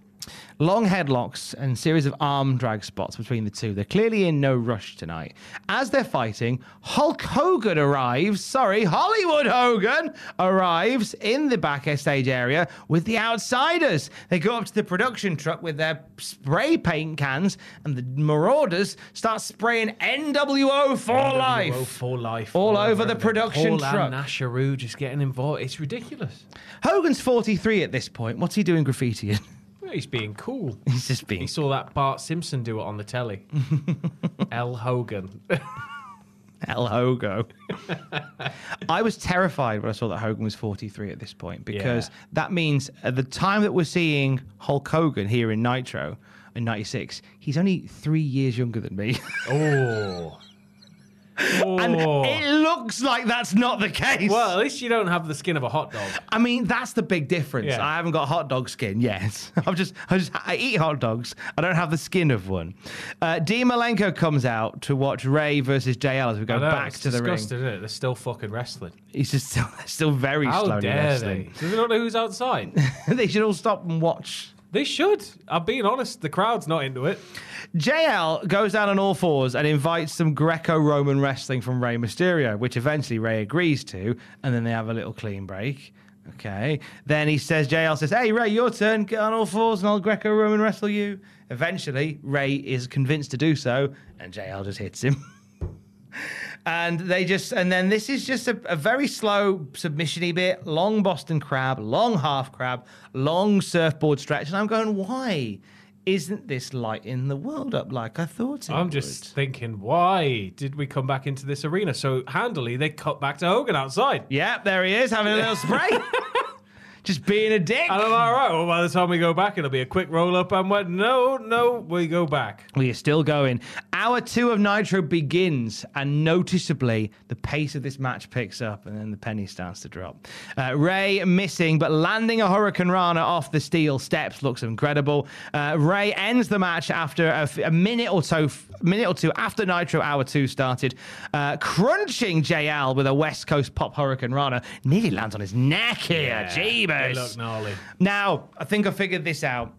Long headlocks and series of arm drag spots between the two. They're clearly in no rush tonight. As they're fighting, Hulk Hogan arrives. Sorry, Hollywood Hogan arrives in the backstage area with the outsiders. They go up to the production truck with their spray paint cans, and the marauders start spraying NWO for NWO life. for life. All over the everything. production Paul truck. and Nasharu just getting involved. It's ridiculous. Hogan's 43 at this point. What's he doing graffiti in? Well, he's being cool. He's just being. He saw that Bart Simpson do it on the telly. L. Hogan. El Hogo. I was terrified when I saw that Hogan was 43 at this point because Yeah. that means at the time that we're seeing Hulk Hogan here in Nitro in 96, he's only three years younger than me. oh. and it looks like that's not the case. Well, at least you don't have the skin of a hot dog. I mean, that's the big difference. Yeah. I haven't got hot dog skin yet. I've just, I just, I eat hot dogs. I don't have the skin of one. Uh, Dean Malenko comes out to watch Ray versus JL as we go I know, back it's to the ring. disgusting, Isn't it? They're still fucking wrestling. He's just still, still very How slowly dare wrestling. they? Do they not know who's outside? they should all stop and watch. they should. I'm being honest. The crowd's not into it. JL goes down on all fours and invites some Greco Roman wrestling from Rey Mysterio, which eventually Rey agrees to, and then they have a little clean break. Okay. Then he says, JL says, Hey, Ray, your turn. Get on all fours and I'll Greco Roman wrestle you. Eventually, Ray is convinced to do so, and JL just hits him. and they just and then this is just a, a very slow submission-y bit long boston crab long half crab long surfboard stretch and i'm going why isn't this lighting the world up like i thought it I'm would? just thinking, why did we come back into this arena? So handily, they cut back to Hogan outside. yeah there he is having a little spray just being a dick And I'm all right. Well, by the time we go back, it'll be a quick roll up. And went, no, no, we go back. We are still going. Hour two of Nitro begins, and noticeably, the pace of this match picks up, and then the penny starts to drop. Uh, Ray missing, but landing a Hurricane Rana off the steel steps looks incredible. Uh, Ray ends the match after a, f- a minute or so, minute or two after Nitro Hour Two started, uh, crunching JL with a West Coast Pop Hurricane Rana. Nearly lands on his neck here. They Jeebus. look gnarly. Now, I think I figured this out.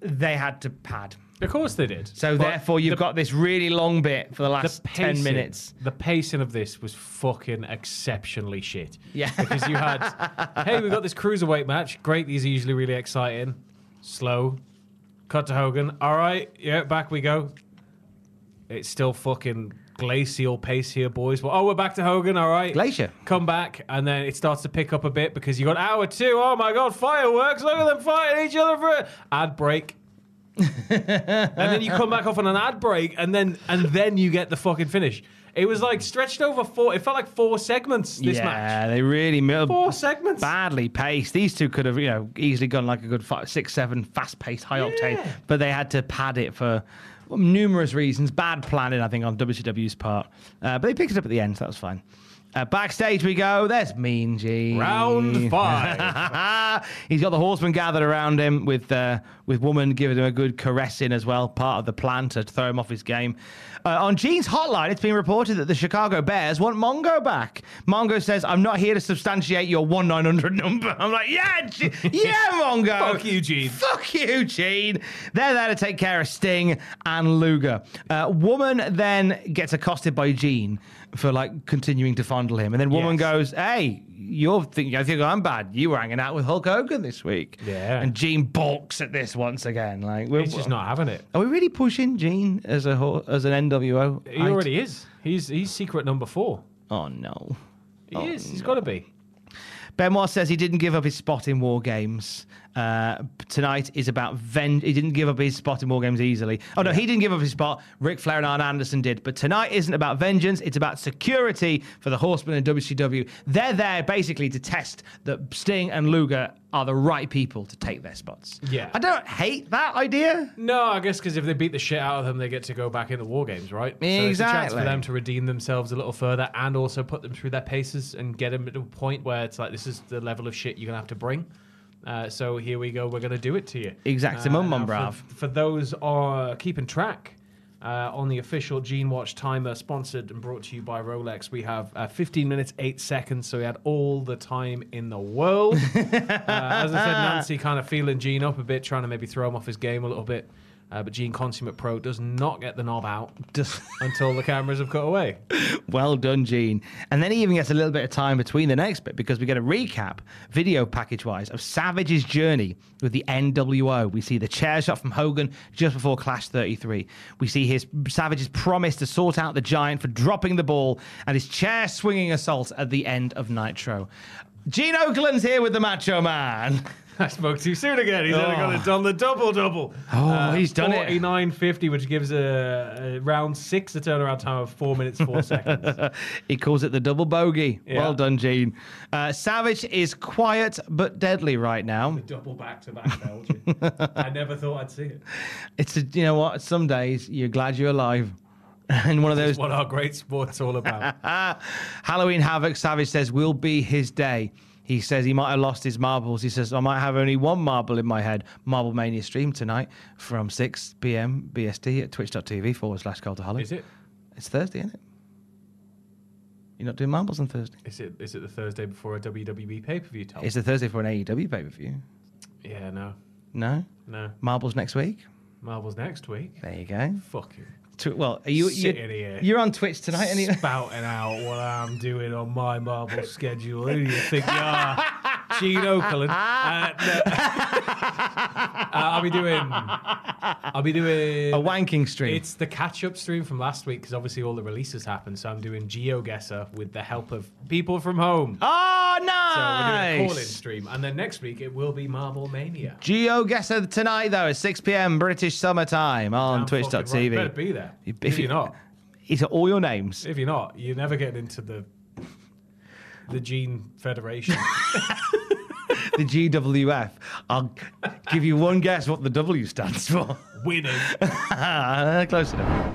They had to pad. Of course they did. So But therefore, you've the- got this really long bit for the the last ten pacing- minutes. The pacing of this was fucking exceptionally shit. Yeah. Because you had, hey, we've got this cruiserweight match. Great. These are usually really exciting. Slow. Cut to Hogan. All right. Yeah, back we go. It's still fucking glacial pace here, boys. Well, oh, we're back to Hogan. All right. Glacier. Come back. And then it starts to pick up a bit because you got hour two. Oh, my God. Fireworks. Look at them fighting each other for it. Ad break and then you come back off on an ad break, and then and then you get the fucking finish. It was like stretched over four. It felt like four segments. This yeah, match, they really mil- four segments. badly paced. These two could have, you know, easily gone like a good five, six, seven, fast-paced, high octane, Yeah. but they had to pad it for numerous reasons. Bad planning, I think, on WCW's part. Uh, but they picked it up at the end, so that was fine. Uh, backstage we go. There's Mean Gene. Round five. He's got the horsemen gathered around him with uh, with woman giving him a good caressing as well, part of the plan to throw him off his game. Uh, on Gene's hotline, it's been reported that the Chicago Bears want Mongo back. Mongo says, "I'm not here to substantiate your one nine hundred number." I'm like, "Yeah, G- yeah, Mongo, Fuck you, Gene. Fuck you, Gene. They're there to take care of Sting and Luger. Uh, woman then gets accosted by Gene for like continuing to find fondle him. And then woman goes, "Hey, you're thinking I think I'm bad. You were hanging out with Hulk Hogan this week." Yeah. And Gene balks at this once again. Like we're He's just not having it. Are we really pushing Gene as a ho- as an NWO? He already is. He's he's secret number four. Oh. Oh no. He is. He's got to be. Benoit says he didn't give up his spot in War Games. Uh, tonight is about venge. He didn't give up his spot in War Games easily. Oh no, he didn't give up his spot. Ric Flair and Arn Anderson did. But tonight isn't about vengeance. It's about security for the Horsemen and WCW. They're there basically to test that Sting and Luger are the right people to take their spots. Yeah. I don't hate that idea. No, I guess because if they beat the shit out of them, they get to go back in the war games, right? So it's a chance for Exactly. them to redeem themselves a little further and also put them through their paces and get them to a point where it's like, this is the level of shit you're going to have to bring. Uh, so here we go, we're going to do it to you. Uh, Exactly, mum, now mum, for- brav. For those are keeping track uh, on the official Gene Watch timer, sponsored and brought to you by Rolex, we have uh, 15 minutes, 8 seconds. So we had all the time in the world. Uh, as I said, Nancy kind of feeling Gene up a bit, trying to maybe throw him off his game a little bit. Uh, but Gene Consummate Pro does not get the knob out until the cameras have cut away. Well done, Gene. And then he even gets a little bit of time between the next bit because we get a recap, video package wise, of Savage's journey with the NWO. We see the chair shot from Hogan just before Clash 33. We see his Savage's promise to sort out the giant for dropping the ball and his chair swinging assault at the end of Nitro. Gene Oakland's here with the Macho Man. I spoke too soon again. He's only got Oh. it done the double double. Oh, he's done it. 49.50, which gives a, a round six a turnaround time of four minutes, four seconds. he calls it the double bogey. Yeah. Well done, Gene. Uh, Savage is quiet but deadly right now. Double back to back Belgium. I never thought I'd see it. It's a, you know what? Some days you're glad you're alive. And one of That's those what our great sport's all about. ah, Halloween Havoc Savage says will be his day. He says he might have lost his marbles. He says I might have only one marble in my head. Marble Mania stream tonight from 6 p.m. BST at twitch.tv forward slash Coldaholic. Is it? It's Thursday, isn't it? You're not doing marbles on Thursday. Is it? Is it the Thursday before a E WWE pay per view? It's the Thursday for an AEW pay per view. Yeah, no, No, no. marbles next week. Marbles next week. There you go. Fucking Tw- well, are you Sit you- in here. you're on Twitch tonight anyway? spouting out what I'm doing on my marble schedule. Who do you think you are? Gene Oakland. Uh, no. Uh, I'll be doing. I'll be doing. A wanking stream. It's the catch-up stream from last week because obviously all the releases happened. So I'm doing GeoGuessr with the help of people from home. Oh, So we're doing a call-in nice. stream, and then next week it will be Marble Mania. Geo Guesser tonight, though, at 6 p.m. British summertime on I'm fucking right. You Better twitch.tv. be there. You- If you're not, It's all your names. If you're not, you're never getting into the the Gene Federation. The GWF. I'll give you one guess what the W stands for. Winning. Close enough.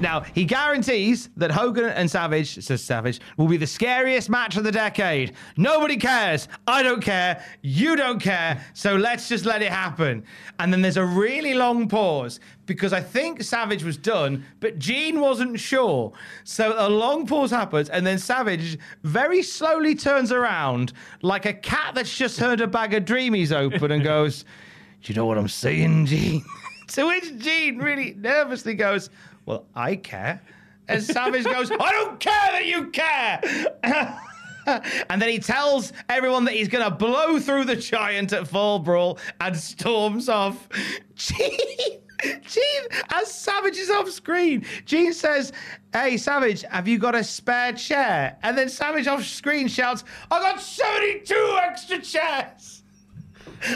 Now, he guarantees that Hogan and Savage, says Savage, will be the scariest match of the decade. Nobody cares. I don't care. You don't care. So let's just let it happen. And then there's a really long pause because I think Savage was done, but Gene wasn't sure. So a long pause happens, and then Savage very slowly turns around like a cat that's just heard a bag of dreamies open and goes, Do you know what I'm saying, Gene? to which Gene really nervously goes, Well, I care. And Savage goes, I don't care that you care. and then he tells everyone that he's going to blow through the giant at Fall Brawl and storms off. Gene, Gene, as Savage is off screen, Gene says, Hey, Savage, have you got a spare chair? And then Savage off screen shouts, I got 72 extra chairs.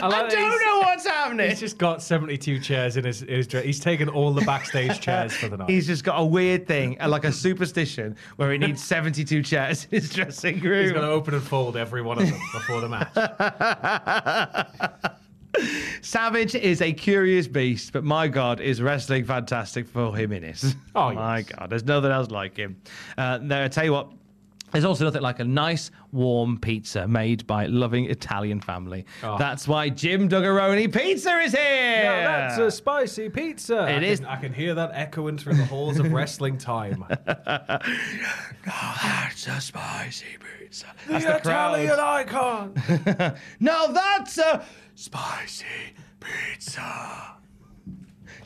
I, like that don't he's- know what's happening. He's just got 72 chairs in his, his dress. He's taken all the backstage chairs for the night. He's just got a weird thing, uh, like a superstition, where he needs 72 chairs in his dressing room. He's going to open and fold every one of them before the match. Savage is a curious beast, but my God, is wrestling fantastic for him in it. Oh, my God, there's nothing else like him. Uh, there, I tell you what. There's also nothing like a nice warm pizza made by loving Italian family. Oh. That's why Jim Duggaroni Pizza is here. Now that's a spicy pizza. I It can, is. I can hear that echoing through the halls of wrestling time. Oh, that's a spicy pizza. That's the Italian icon. now that's a spicy pizza.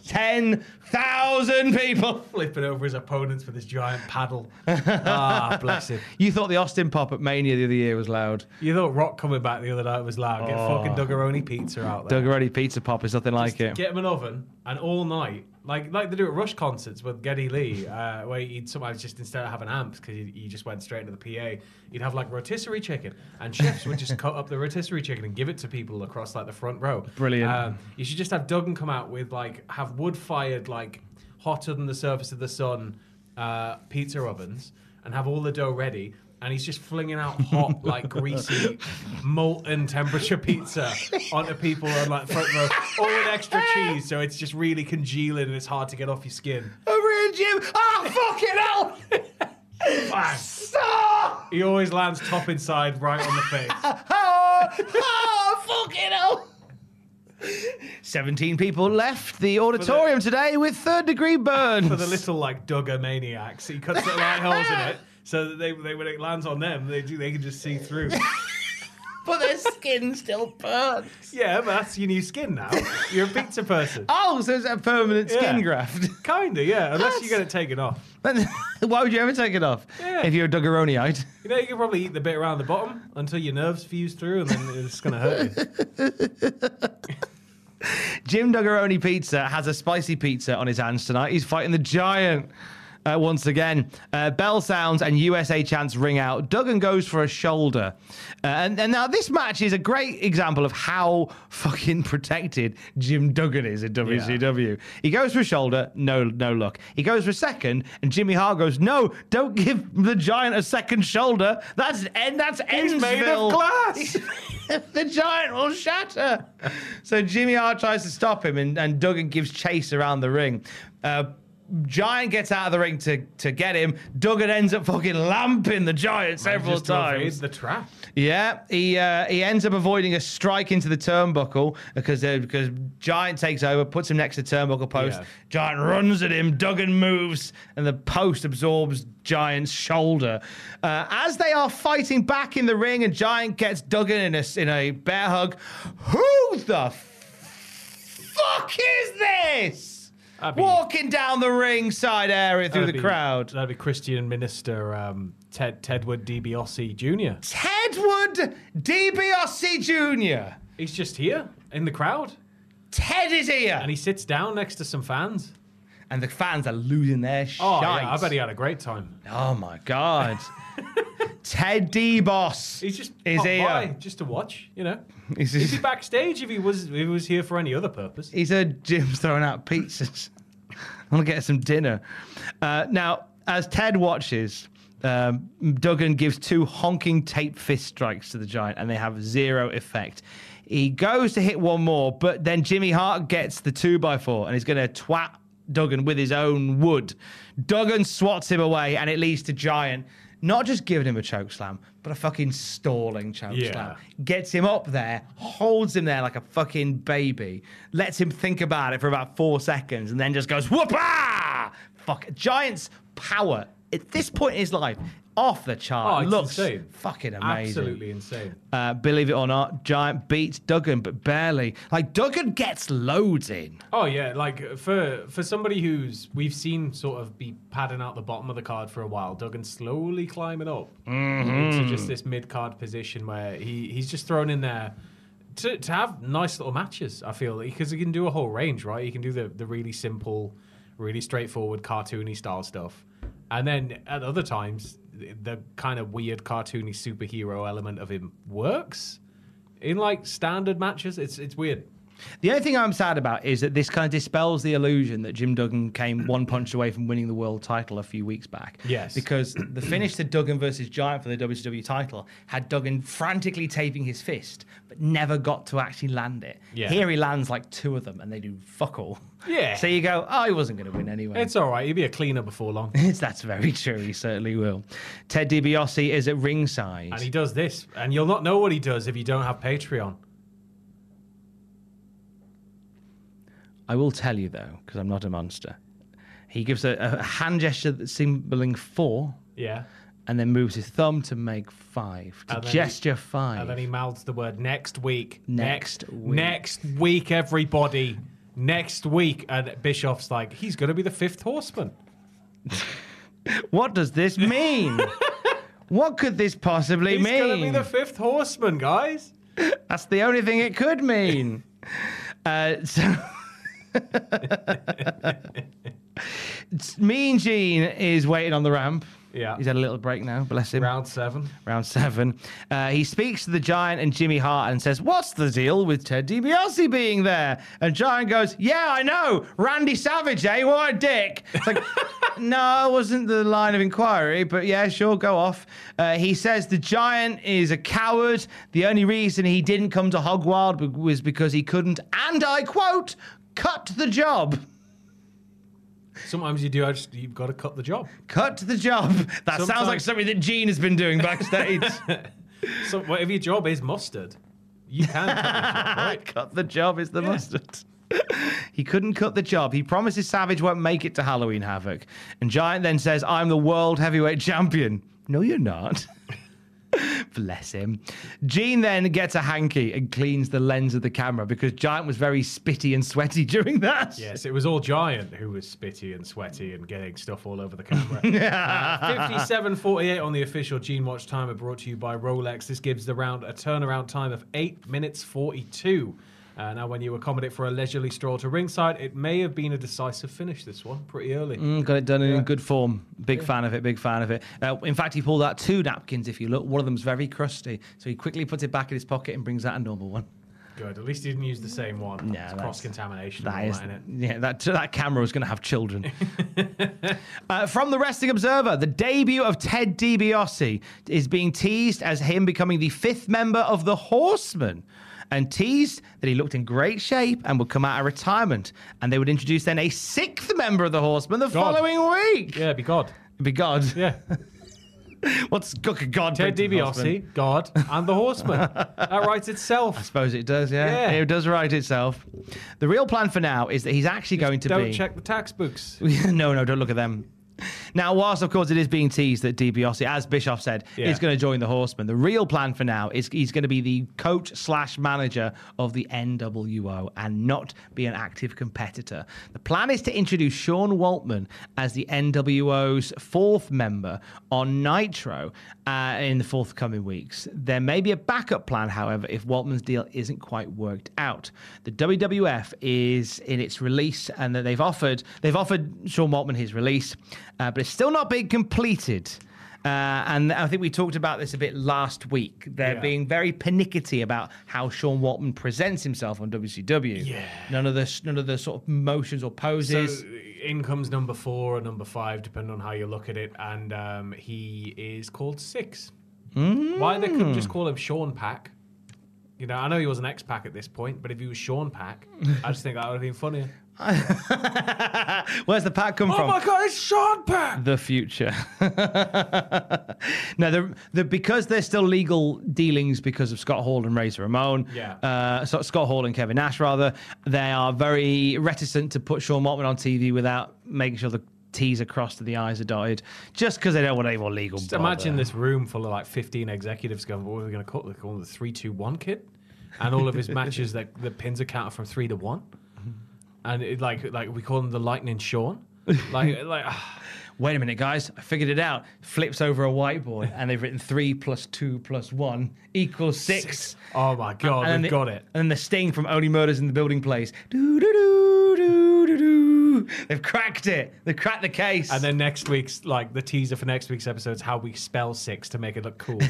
10,000 people. Flipping over his opponents with his giant paddle. ah, bless him. You thought the Austin pop at Mania the other year was loud. You thought Rock coming back the other night was loud. Get Oh. fucking Duggaroni pizza out there. Duggaroni Pizza Pop is nothing like it. Get him an oven and all night, like like they do at Rush concerts with Geddy Lee, uh, where he'd sometimes just instead of having amps because he, he just went straight into the PA, he'd have like rotisserie chicken, and chefs would just cut up the rotisserie chicken and give it to people across like the front row. Brilliant. Um, you should just have Duggan come out with like have wood fired like hotter than the surface of the sun uh, pizza ovens and have all the dough ready. And he's just flinging out hot, like greasy, molten temperature pizza onto people on like front row, all with extra cheese, so it's just really congealing and it's hard to get off your skin. Over here, Jim. Ah, fucking hell! Stop! He always lands top inside, right on the face. Ah, ah, fucking hell. 17 people left the auditorium today with third degree burns. for the little like Duggar maniacs. He cuts little light holes in it so that they, they when it lands on them, they do they can just see through. but their skin still burns. Yeah, but that's your new skin now. You're a pizza person. Oh, so it's a permanent skin Yeah. graft. Kinda, yeah. Unless That's- you get it taken off. Why would you ever take it off Yeah. if you're a Duggaroniite? You know, you can probably eat the bit around the bottom until your nerves fuse through, and then it's gonna hurt you. Jim Duggaroni Pizza has a spicy pizza on his hands tonight. He's fighting the giant. Uh, once again, uh, bell sounds and USA chants ring out. Duggan goes for a shoulder. Uh, and, and now, this match is a great example of how fucking protected Jim Duggan is in WCW. He goes for a shoulder, no no luck. He goes for a second, and Jimmy Hart goes, No, don't give the giant a second shoulder. That's, en- that's He's made Ensville." of glass. the giant will shatter. So Jimmy Hart tries to stop him, and, and Duggan gives chase around the ring. Uh, Giant gets out of the ring to, to get him. Duggan ends up fucking lamping the Giant several Just to avoid times. the trap. Yeah, he uh, he ends up avoiding a strike into the turnbuckle because uh, because Giant takes over, puts him next to the turnbuckle post. Yeah. Giant runs at him. Duggan moves, and the post absorbs Giant's shoulder. Uh, as they are fighting back in the ring, and Giant gets Duggan in a in a bear hug. Who the fuck is this? Walking down the ringside area through the That'd be- crowd. That'd be Christian Minister um, Ted Tedward DiBiase Jr. Tedward DiBiase Jr. He's just here in the crowd. Ted is here, and he sits down next to some fans. And the fans are losing their shit. Oh, yeah, I bet he had a great time. Oh my god. Ted D Boss. He's just is uh, popped here. by just to watch, you know. He's He'd just- be backstage if he was if he was here for any other purpose. He's heard Jim's throwing out pizzas. I want to get some dinner. Uh, now, as Ted watches, um, Duggan gives two honking tape fist strikes to the giant, and they have zero effect. He goes to hit one more, but then Jimmy Hart gets the two by four, and he's going to twat Duggan with his own wood. Duggan swats him away, and it leads to Giant not just giving him a choke slam, but a fucking stalling choke Yeah. slam. Gets him up there, holds him there like a fucking baby, lets him think about it for about four seconds, and then just goes whoopah! Fuck, Giant's power at this point in his life off the Oh, chart. it's looks insane. fucking amazing. Absolutely insane. Uh, believe it or not, Giant beats Duggan, but barely. Like Duggan gets loads in. Oh yeah, like for for somebody who's we've seen sort of be padding out the bottom of the card for a while, Duggan slowly climbing up into just this mid card position where he he's just thrown in there to, to have nice little matches. I feel because he can do a whole range, right? He can do the the really simple, really straightforward cartoony style stuff, and then at other times the, the kind of weird cartoony superhero element of him works in like standard matches. It's it's weird. The only thing I'm sad about is that this kind of dispels the illusion that Jim Duggan came one punch away from winning the world title a few weeks back. Yes. Because the finish to Duggan versus Giant for the WCW title had Duggan frantically taping his fist, but never got to actually land it. Yeah. Here he lands like two of them and they do fuck all. Yeah. So you go, oh, he wasn't going to win anyway. It's all right. He'd be a cleaner before long. It's, that's very true. He certainly will. Ted DiBiase is at ringside. And he does this, and you'll not know what he does if you don't have Patreon. I will tell you though, because I'm not a monster. He gives a, a hand gesture that's symboling four, Yeah. and then moves his thumb to make five, to And then gesture he, five. And then he mouths the word next week. Next week. Next week, everybody. Next week. And Bischoff's like, he's going to be the fifth horseman. what does this mean? what could this possibly He's going to be mean? the fifth horseman, guys. That's the only thing it could mean. uh, so. Mean Gene is waiting on the ramp. Yeah. He's had a little break now, bless him. Round seven. round seven. Uh, he speaks to the Giant and Jimmy Hart and says, "What's the deal with Ted DiBiase being there?" And Giant goes, "Yeah, I know, Randy Savage, eh? What a dick!" It's like, no, it wasn't the line of inquiry, but yeah, sure, go off. Uh, he says the Giant is a coward. The only reason he didn't come to Hogwild be- was because he couldn't, and I quote, "cut the job." Sometimes you do, I just, you've got to cut the job. Cut the job. That sounds Sometimes- like something that Gene has been doing backstage. So whatever your job is, mustard, you can cut the job, right? cut the job is the mustard. he couldn't cut the job. He promises Savage won't make it to Halloween Havoc. And Giant then says, I'm the world heavyweight champion. No, you're not. Bless him. Gene then gets a hanky and cleans the lens of the camera because Giant was very spitty and sweaty during that. Yes, it was all Giant who was spitty and sweaty and getting stuff all over the camera. uh, 5748 on the official Gene Watch timer brought to you by Rolex. This gives the round a turnaround time of 8 minutes 42. Uh, now, when you accommodate for a leisurely stroll to ringside, it may have been a decisive finish this one, pretty early. Mm, got it done in good form. Big fan of it. Big fan of it. Uh, in fact, he pulled out two napkins. If you look, one of them's very crusty, so he quickly puts it back in his pocket and brings out a normal one. Good. At least he didn't use the same one. Yeah, it's that's- cross contamination. That is, it? yeah, that that camera was going to have children. uh, from the Wrestling Observer, the debut of Ted DiBiase is being teased as him becoming the fifth member of the Horsemen, and teased that he looked in great shape and would come out of retirement, and they would introduce then a sixth member of the Horsemen the God. following week. Yeah, be God. Be God. Yeah. What's God? God Ted bring to the Horsemen? DiBiase, God, and the Horseman. that writes I itself. suppose it does, yeah. Yeah. It does write itself. The real plan for now is that he's actually going to Don't be. check the tax books. no, no, don't look at them. Now, whilst of course it is being teased that DiBiase, as Bischoff said, Yeah. is going to join the Horsemen, the real plan for now is he's going to be the coach slash manager of the NWO and not be an active competitor. The plan is to introduce Sean Waltman as the NWO's fourth member on Nitro uh, in the forthcoming weeks. There may be a backup plan, however, if Waltman's deal isn't quite worked out. The WWF is in its release, and that they've offered they've offered Sean Waltman his release, uh, but it's still not being completed. Uh, and I think we talked about this a bit last week. They're Yeah. being very pernickety about how Sean Waltman presents himself on WCW. Yeah. None of the none of the sort of motions or poses. So in comes number four or number five, depending on how you look at it, and um, he is called Six. Hmm. Why they couldn't just call him Sean Pack? You know, I know he was an X Pack at this point, but if he was Sean Pack, I just think that would have been funnier. Where's the pack come oh from? my god, it's Sean Pack. the future. no, the, the, because they're still legal dealings because of Scott Hall and Razor Ramon. Yeah. Uh, so Scott Hall and Kevin Nash, rather, they are very reticent to put Sean Mottman on TV without making sure the T's are crossed and the I's are dotted, just because they don't want any more legal. Just bother. imagine this room full of like 15 executives going, what are we going to call it? Call him the 321 kid? And all of his matches, that the pins are counted from three to one. And it, like, like we call him the Lightning Sean. Like, like Wait a minute, guys! I figured it out. Flips over a whiteboard, and they've written three plus two plus one equals six. oh my God, And then we've the- got it. And then the sting from Only Murders in the Building plays. Doo doo doo doo doo doo. They've cracked it. They've cracked the case. And then next week's, like, the teaser for next week's episode is how we spell six to make it look cool. it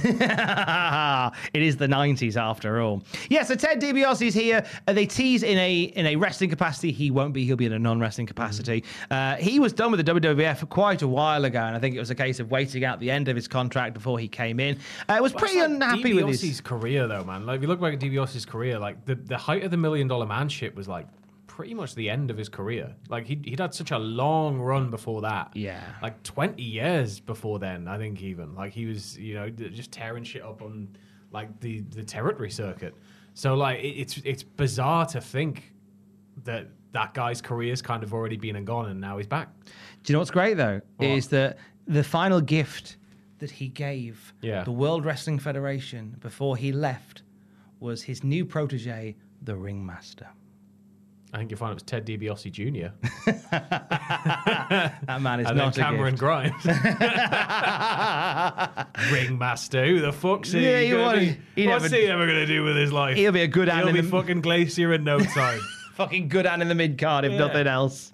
is the 90s after all. Yeah, so Ted DiBiase is here. Uh, they tease in a in a wrestling capacity. He won't be. He'll be in a non-wrestling capacity. Mm. Uh, he was done with the WWF quite a while ago, and I think it was a case of waiting out the end of his contract before he came in. Uh, was pretty unhappy with his. DiBiase's career, though, man. Like, if you look back at DiBiase's career, like the, the height of the Million Dollar Man shit was like pretty much the end of his career. Like he'd, he'd had such a long run before that. Yeah. Like 20 years before then, I think even. Like he was, you know, d- just tearing shit up on like the, the territory circuit. So like it, it's it's bizarre to think that that guy's career's kind of already been and gone and now he's back. Do you know what's great though What? is that the final gift that he gave Yeah. the World Wrestling Federation before he left was his new protege, the Ringmaster. I think you'll find it was Ted DiBiase Jr. That man is and then not Cameron a gift. Grimes. Ringmaster, who the fuck's he? Yeah, he he gonna was- do? he What's never- he ever going to do with his life? He'll be a good hand He'll in be the- fucking glacier in no time. Fucking good hand in the mid card, if Yeah. nothing else.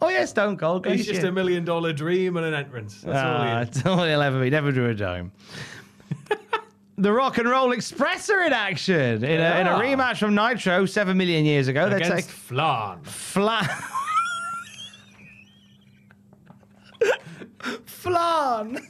Oh yeah, Stone Cold. He's Glacier. just a million dollar dream and an entrance. That's all Ah, he is. That's all he'll ever be. Never drew a dime. the Rock and Roll Express are in action in a, in a Yeah. rematch from Nitro seven million years ago. They take Against Flan. Flan. Flan.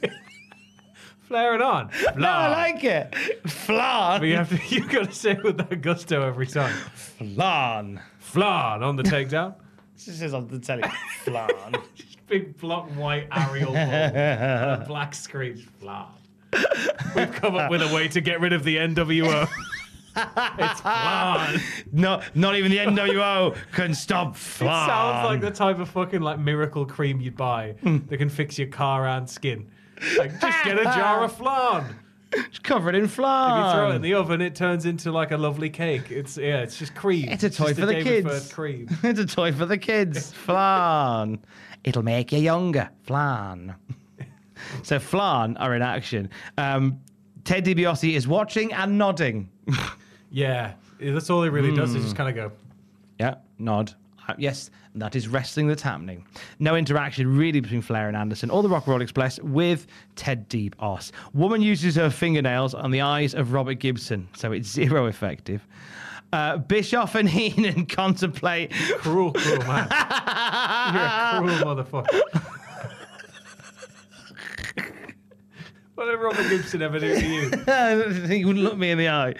Flare it on. Flan. No, I like it. Flan. But you have to, you've got to say it with that gusto every time. Flan. Flan on the takedown. This is on the telly. Flan. Big block white aerial ball. and a black screen. Flan. We've come up with a way to get rid of the NWO. it's Flan. no, not even the NWO can stop Flan. It sounds like the type of fucking like miracle cream you'd buy Hmm. that can fix your car and skin. Like, just get a jar of flan. It's covered in If Flan. you throw it in the oven, it turns into like a lovely cake. It's yeah, it's just cream. It's a toy just for the David kids. Firth cream. it's a toy for the kids. Flan. It'll make you younger. Flan. so Flan are in action. Um, Ted DiBiase is watching and nodding. Yeah, that's all it really does Hmm. is just kind of go. Yeah, nod. Uh, Yes, that is wrestling that's happening. No interaction really between Flair and Anderson or the Rock and Roll Express with Ted DiBiase. Woman uses her fingernails on the eyes of Robert Gibson, so it's zero effective. Uh, Bischoff and Heenan contemplate Cruel, cruel man. You're a cruel motherfucker. what did Robert Gibson ever do to you? he wouldn't look me in the eye.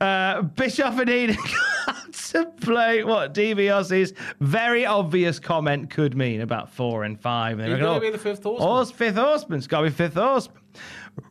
Uh, Bischoff and Eden to play what DiBiase's very obvious comment could mean about four and five. And He's they're gonna like, "Oh, be the fifth horseman." horse- fifth horseman. It's got to be fifth horseman.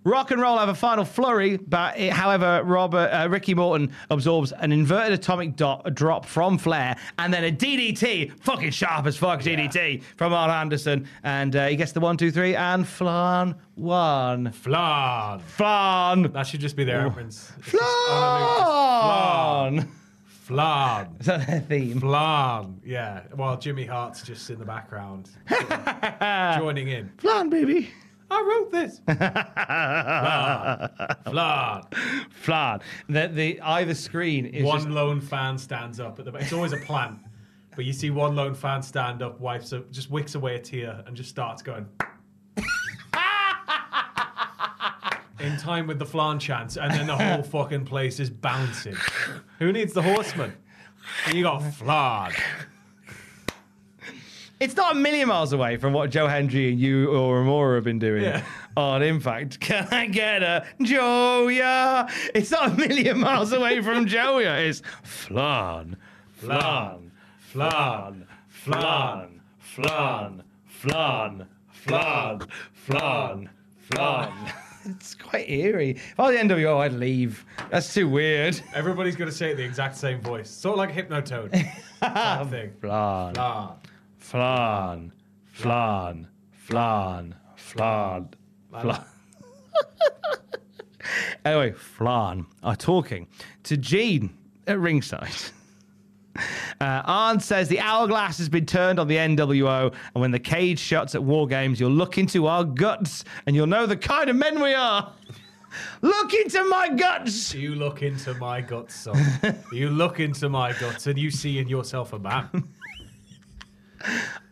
Rock and roll have a final flurry, but it, however, Robert uh, Ricky Morton absorbs an inverted atomic dot, drop from Flair, and then a DDT, fucking sharp as fuck DDT from Arn Anderson, and uh, he gets the one, two, three, and Flan one. Flan. Flan. That should just be their entrance. It's just on a loop, Flan! just Flan. Is that their theme? Flan. Yeah. While Jimmy Hart's just in the background sort of joining in. Flan, baby. I wrote this. Flan. Flan. Flan. The, the either screen is One just- lone fan stands up at the It's always a plan. But you see one lone fan stand up, wipes up, just wicks away a tear and just starts going. In time with the flan chants, and then the whole fucking place is bouncing. Who needs the horseman? And you got flan. It's not a million miles away from what Joe Hendry and you or Amora have been doing Yeah. on Impact. Can I get a Joya? It's not a million miles away from Joya. It's Flan. Flan. Flan. flan, flan, flan, flan, flan, flan, flan. It's quite eerie. If I was the NWO, I'd leave. That's too weird. Everybody's going to say it the exact same voice. Sort of like Hypnotoad. Same thing. Flan, Flan. flan, flan, flan, flan, flan. Anyway, Flan are talking to Gene at ringside. Uh, Arn says the hourglass has been turned on the NWO, and when the cage shuts at War Games, you'll look into our guts and you'll know the kind of men we are. look into my guts! You look into my guts, son. you look into my guts and you see in yourself a man.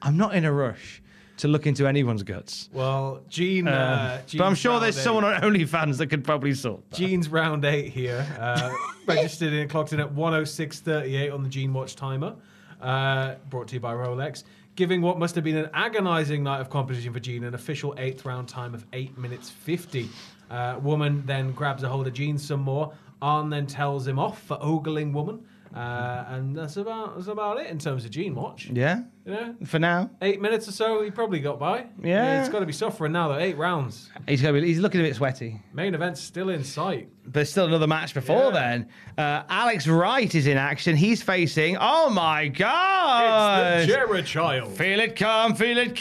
I'm not in a rush to look into anyone's guts. Well, Gene. Um, uh, but I'm Gene's sure there's round eight- someone on OnlyFans that could probably sort that. Gene's round eight here, uh, registered and clocked in at 106.38 on the Gene Watch timer, uh, brought to you by Rolex, giving what must have been an agonizing night of competition for Gene an official eighth round time of 8 minutes 50. Uh, woman then grabs a hold of Gene some more. Arn then tells him off for ogling woman. Uh, and that's about that's about it in terms of Gene Watch. Yeah? You know? For now? Eight minutes or so, he probably got by. Yeah. It's got to be suffering now, though. Eight rounds. He's, gonna be, he's looking a bit sweaty. Main event's still in sight. but still another match before then. Uh, Alex Wright is in action. He's facing, oh my God! It's the Jared Child. Feel it come, feel it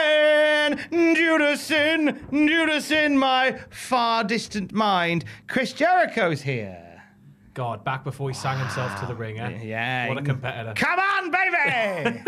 coming. Judas in, Judas in my far distant mind. Chris Jericho's here. God, back before he sang himself to the ring, eh? Ah, Yeah. What a competitor. Come on, baby!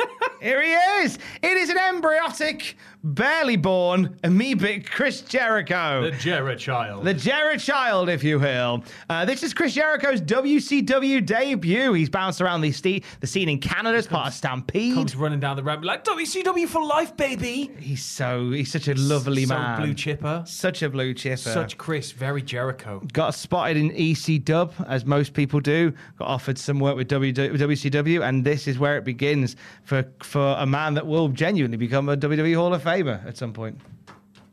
here he is. It is an embryotic, barely born, amoebic Chris Jericho. The Jarrett Child. The Jarrett Child, if you will. Uh, this is Chris Jericho's WCW debut. He's bounced around the, ste- the scene in Canada as part of Stampede. Comes running down the ramp like WCW for life, baby. he's so he's such a lovely so man. blue chipper. Such a blue chipper. Such Chris, very Jericho. Got spotted in EC Dub, as most people do. Got offered some work with E, WD WCW, and this is where it begins for for a man that will genuinely become a WWE Hall of Famer at some point.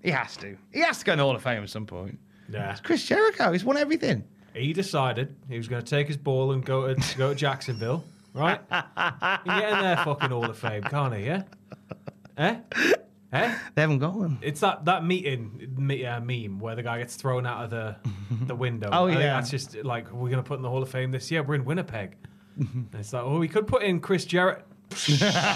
He has to. He has to go in the Hall of Fame at some point. Yeah. Chris Jericho, he's won everything. He decided he was going to take his ball and go to go to Jacksonville, right? He get in there, fucking Hall of Fame, can't he? Yeah. Eh? Eh? They haven't got one. It's that that meeting me, uh, meme where the guy gets thrown out of the the window. Oh, I think yeah. that's just like we're gonna put in the Hall of Fame this year. We're in Winnipeg. And it's like, oh, we could put in Chris Jarrett.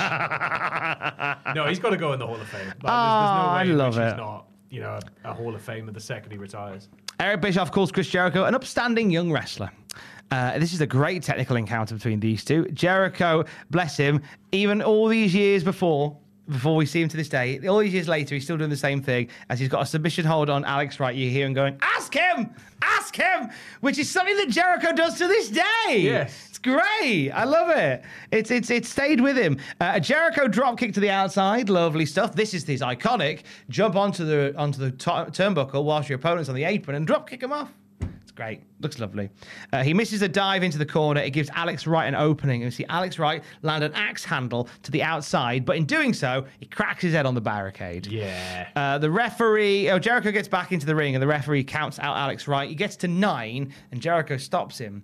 no, he's got to go in the Hall of Fame. Like, there's, there's no way Ah, I in love which he's it. not, you know, a, a Hall of Famer the second he retires. Eric Bischoff calls Chris Jericho an upstanding young wrestler. Uh, this is a great technical encounter between these two. Jericho, bless him, even all these years before, before we see him to this day, all these years later, he's still doing the same thing as he's got a submission hold on Alex Wright. You hear him going, Ask him! Ask him! Which is something that Jericho does to this day. Yes. It's great. I love it. It's it's it stayed with him. Uh, a Jericho drop kick to the outside, lovely stuff. This is his iconic jump onto the onto the to turnbuckle whilst your opponent's on the apron and drop kick him off. It's great. Looks lovely. Uh, he misses a dive into the corner. It gives Alex Wright an opening. And we see Alex Wright land an axe handle to the outside, but in doing so, he cracks his head on the barricade. Yeah. Uh, the referee, oh, Jericho gets back into the ring and the referee counts out Alex Wright. He gets to nine and Jericho stops him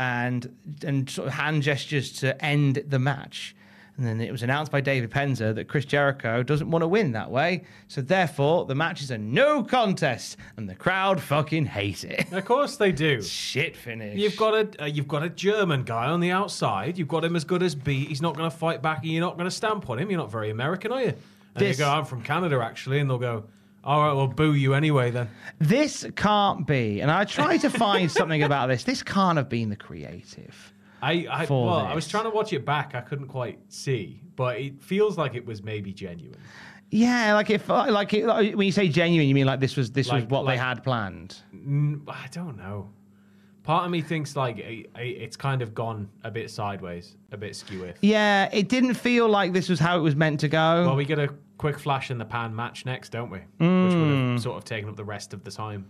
and and sort of hand gestures to end the match. And then it was announced by David Penzer that Chris Jericho doesn't want to win that way. So therefore, the match is a no contest and the crowd fucking hate it. Of course they do. Shit finish. You've got a uh, you've got a German guy on the outside. You've got him as good as beat. He's not going to fight back, and you're not going to stamp on him. You're not very American, are you? And This- they go, "I'm from Canada, actually," and they'll go, "All right, well, boo you anyway then." This can't be. And I tried to find something about this. This can't have been the creative. I, I For well, I was this. trying to watch it back. I couldn't quite see, but it feels like it was maybe genuine. Yeah, like if like, it, like when you say genuine, you mean like this was this was Like- what they like- had planned. Mm, I don't know. Part of me thinks like i i it's kind of gone a bit sideways, a bit skew. Yeah, it didn't feel like this was how it was meant to go. Well, we get a quick flash in the pan match next, don't we? Which would Mm. have sort of taken up the rest of the time.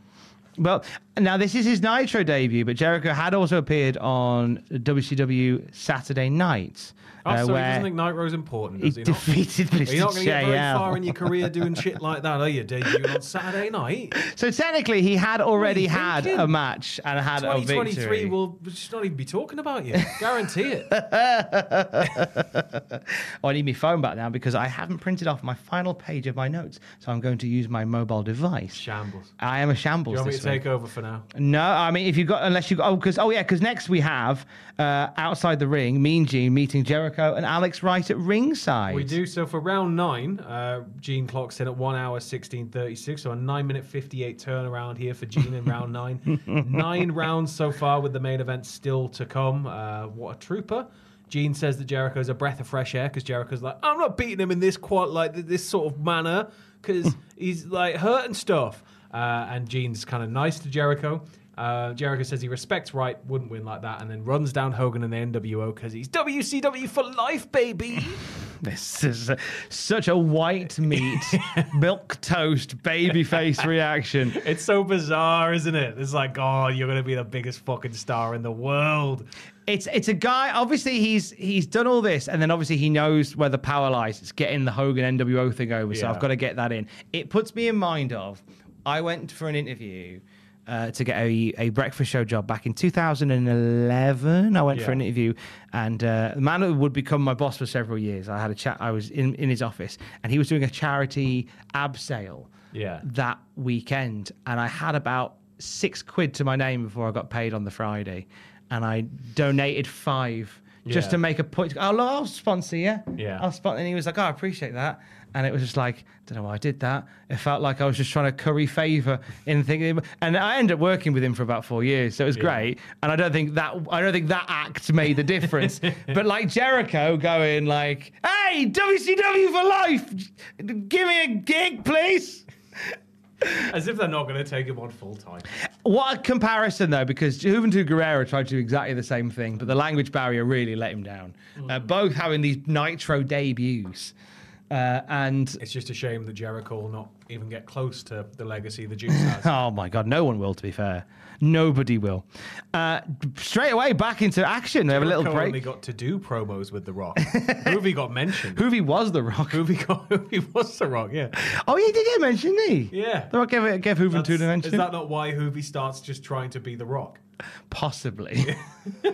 Well, now this is his Nitro debut, but Jericho had also appeared on WCW Saturday Night, Oh, uh, so he where doesn't think Nitro's important, he does he? not? defeated Are you Mr. not going to get very JL. far in your career doing shit like that, are you? Debuting on Saturday night. so technically he had already What are you had thinking? a match and had a 2023 victory. will just not even be talking about you. Guarantee it. Oh, I need my phone back now because I haven't printed off my final page of my notes, so I'm going to use my mobile device. Shambles. I am a Do shambles. you want me this to week. take over for now? No, I mean if you got unless you got oh because oh yeah because next we have uh, outside the ring Mean Gene meeting Jericho and Alex Wright at ringside. We do. So for round nine, uh, Gene clocks in at 1 hour 16.36, so a 9 minute 58 turnaround here for Gene in round nine. Nine rounds so far with the main event still to come. Uh, what a trooper. Gene says that Jericho's a breath of fresh air because Jericho's like, I'm not beating him in this quite like th- this sort of manner because he's like hurt and stuff. Uh, and Gene's kind of nice to Jericho. Uh, Jericho says he respects Wright, wouldn't win like that, and then runs down Hogan and the NWO because he's WCW for life, baby. This is a- such a white meat, milk toast, baby face reaction. It's so bizarre, isn't it? It's like, oh, you're gonna be the biggest fucking star in the world. It's it's a guy. Obviously, he's he's done all this, and then obviously he knows where the power lies. It's getting the Hogan NWO thing over, so Yeah. I've got to get that in. It puts me in mind of I went for an interview uh, to get a, a breakfast show job back in 2011. I went for Yeah. an interview, and uh, the man who would become my boss for several years. I had a chat. I was in in his office, and he was doing a charity ab sale Yeah. that weekend, and I had about six quid to my name before I got paid on the Friday, and I donated five just Yeah. to make a point. Oh, look, I'll sponsor you. Yeah. I'll sponsor. And he was like, "Oh, I appreciate that." And it was just like, don't know why I did that. It felt like I was just trying to curry favor in thinking. And I ended up working with him for about four years, so it was great. And I don't think that I don't think that act made the difference. but like Jericho going like, "Hey, WCW for life, give me a gig, please." As if they're not gonna take him on full time. What a comparison, though, because Juventud Guerrero tried to do exactly the same thing, but the language barrier really let him down. Mm. Uh, both having these Nitro debuts. Uh, and It's just a shame that Jericho will not even get close to the legacy the Juice has. oh my God, no one will, to be fair. Nobody will. Uh, straight away, back into action. They have a little Jericho break. only got to do promos with The Rock. Hoovy got mentioned. Hoovy was The Rock. Hoovy got Hoovy was The Rock, yeah. Oh, he did get mentioned, didn't he? Yeah. The Rock gave, gave Juventud a That's- mention? Is that not why Hoovy starts just trying to be The Rock? Possibly.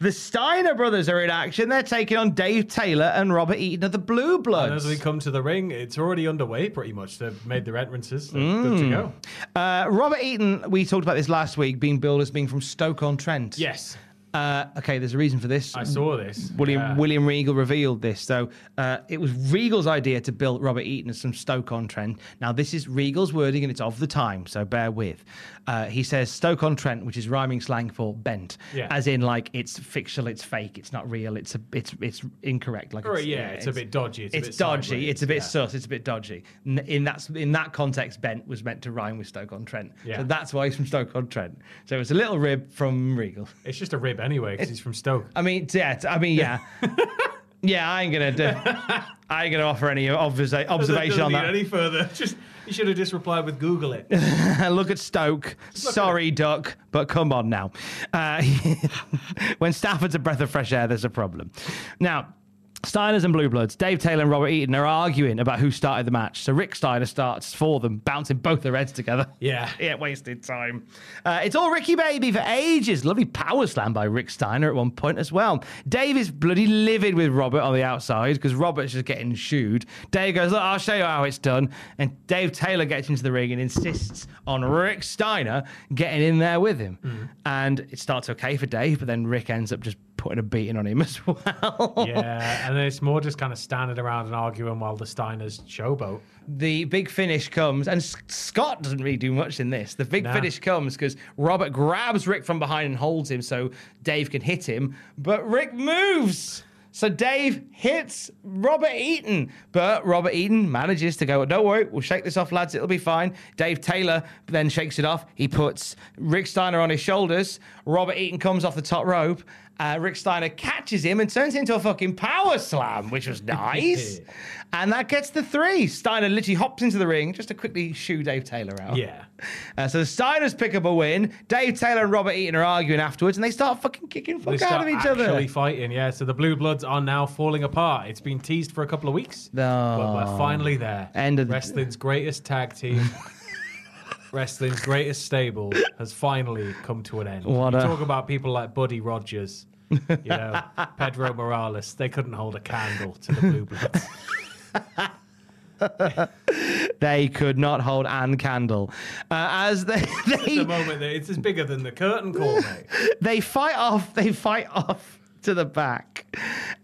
the Steiner brothers are in action. They're taking on Dave Taylor and Robert Eaton of the Blue And Bloods. as we come to Oh, the ring, it's already underway pretty much. They've made their entrances. They're good Mm. to go. Uh, Robert Eaton, we talked about this last week, being billed as being from Stoke on Trent. Yes. Uh, okay, there's a reason for this. I saw this. Uh, William Yeah. William Regal revealed this. So uh, it was Regal's idea to build Robert Eaton as some Stoke on Trent. Now this is Regal's wording and it's of the time, so bear with. Uh, he says Stoke on Trent, which is rhyming slang for bent, Yeah. as in like it's fictional, it's fake, it's not real, it's a, it's it's incorrect. Like Or, yeah, it's a bit dodgy, it's a bit dodgy. sideways, It's a bit yeah. sus. It's a bit dodgy. N- In that in that context, bent was meant to rhyme with Stoke on Trent. Yeah. So that's why he's from Stoke on Trent. So it's a little rib from Regal. It's just a rib anyway because he's from Stoke. I mean, yeah. I mean, yeah. yeah, I ain't gonna do. I ain't gonna offer any obvious observation Doesn't on need that. Any further? Just you should have just replied with Google it. Look at Stoke. Sorry, Duck, but come on now. Uh, when Stafford's a breath of fresh air, there's a problem. Now. Steiners and Blue Bloods, Dave Taylor and Robert Eaton are arguing about who started the match. So Rick Steiner starts for them, bouncing both their heads together. Yeah. Yeah, wasted time. Uh, it's all Ricky Baby for ages. Lovely power slam by Rick Steiner at one point as well. Dave is bloody livid with Robert on the outside because Robert's just getting shooed. Dave goes, Look, I'll show you how it's done. And Dave Taylor gets into the ring and insists on Rick Steiner getting in there with him. And it starts okay for Dave, but then Rick ends up just putting a beating on him as well. yeah, and then it's more just kind of standing around and arguing while the Steiners showboat. the big finish comes, and S- Scott doesn't really do much in this. The big Nah. finish comes because Robert grabs Rick from behind and holds him so Dave can hit him, but Rick moves. So Dave hits Robert Eaton, but Robert Eaton manages to go, don't worry, we'll shake this off, lads, it'll be fine. Dave Taylor then shakes it off. He puts Rick Steiner on his shoulders. Robert Eaton comes off the top rope Uh, Rick Steiner catches him and turns it into a fucking power slam, which was nice. and that gets the three. Steiner literally hops into the ring just to quickly shoo Dave Taylor out. Yeah. Uh, so the Steiners pick up a win. Dave Taylor and Robert Eaton are arguing afterwards, and they start fucking kicking fuck They out start of each actually other. fighting, yeah. So the Blue Bloods are now falling apart. It's been teased for a couple of weeks. But we're finally there. End of the- Wrestling's greatest tag team, wrestling's greatest stable has finally come to an end. What you a- talk about people like Buddy Rogers, you know, Pedro Morales. They couldn't hold a candle to the Blue Bloods. They could not hold Anne Candle. Uh, as they, At the they moment, that- it's as bigger than the curtain call, mate. they fight off, they fight off to the back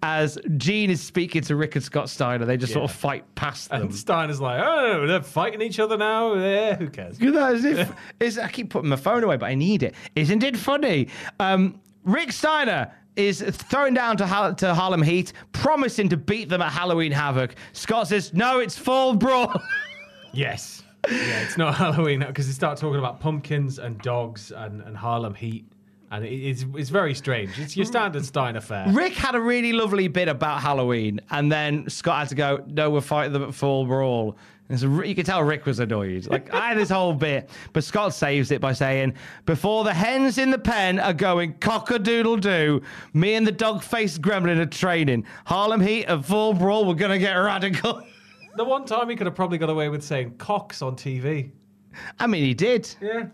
as Gene is speaking to Rick and Scott Steiner. They just sort of Yeah. fight past them. And Steiner's like, oh, they're fighting each other now. Yeah, who cares? You know, as if- it's- I keep putting my phone away, but I need it. Isn't it funny? Um, Rick Steiner is thrown down to, Har- to Harlem Heat, promising to beat them at Halloween Havoc. Scott says, "No, it's Fall Brawl." Yes. Yeah, it's not Halloween because they start talking about pumpkins and dogs and, and Harlem Heat, and it, it's it's very strange. It's your standard Steiner affair. Rick had a really lovely bit about Halloween, and then Scott had to go, "No, we're fighting them at Fall Brawl." And so you could tell Rick was annoyed. Like I had this whole bit, but Scott saves it by saying, "Before the hens in the pen are going cock a doodle doo, me and the dog-faced gremlin are training. Harlem Heat and Fall Brawl, we're gonna get radical." The one time he could have probably got away with saying cocks on TV. I mean, he did. Yeah.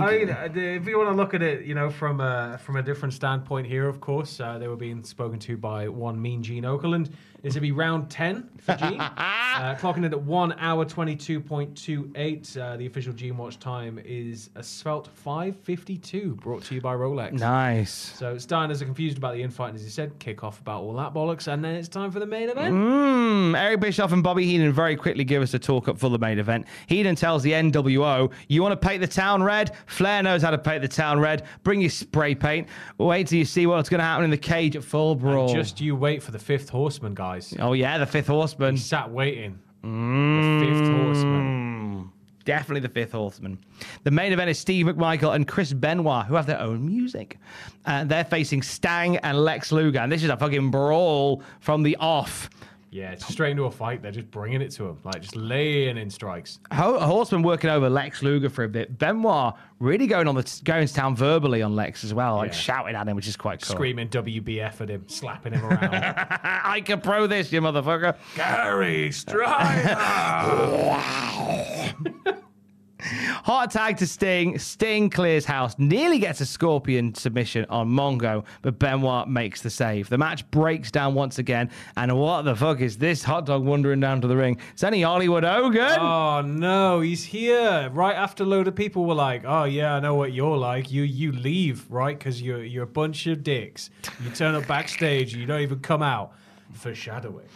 I mean, uh, the- if you want to look at it, you know, from a from a different standpoint here, of course, uh, they were being spoken to by one mean Gene Okerlund. This would be round ten for Gene, uh, clocking in at one hour twenty two point two eight. Uh, the official Gene watch time is a svelte five fifty two. Brought to you by Rolex. Nice. So Steiners are confused about the infight, and as he said, kick off about all that bollocks, and then it's time for the main event. Mm, Eric Bischoff and Bobby Heenan very quickly give us a talk up for the main event. Heenan tells the NWO, You want to paint the town red? Flair knows how to paint the town red. Bring your spray paint. Wait till you see what's going to happen in the cage at Full Brawl. Just you wait for the fifth horseman, guys. Oh, Mm. yeah, the fifth horseman. Sat waiting. The fifth horseman. Hmm. Definitely the fifth horseman. The main event is Steve McMichael and Chris Benoit, who have their own music. Uh, they're facing Stang and Lex Luger. And this is a fucking brawl from the off. Yeah, it's straight into a fight. They're just bringing it to him, like just laying in strikes. Ho- Horseman working over Lex Luger for a bit. Benoit really going on the going to town verbally on Lex as well, like Yeah. shouting at him, which is quite cool. Screaming WBF at him, slapping him around. I can pro this, you motherfucker. Gary Strider! Heart tag to Sting. Sting clears house. Nearly gets a scorpion submission on Mongo, but Benoit makes the save. The match breaks down once again. And what the fuck is this hot dog wandering down to the ring? It's only Hollywood Hogan. oh no, he's here! Right after a load of people were like, "Oh yeah, I know what you're like. You you leave right because you're you're a bunch of dicks. You turn up backstage, you don't even come out." Foreshadowing.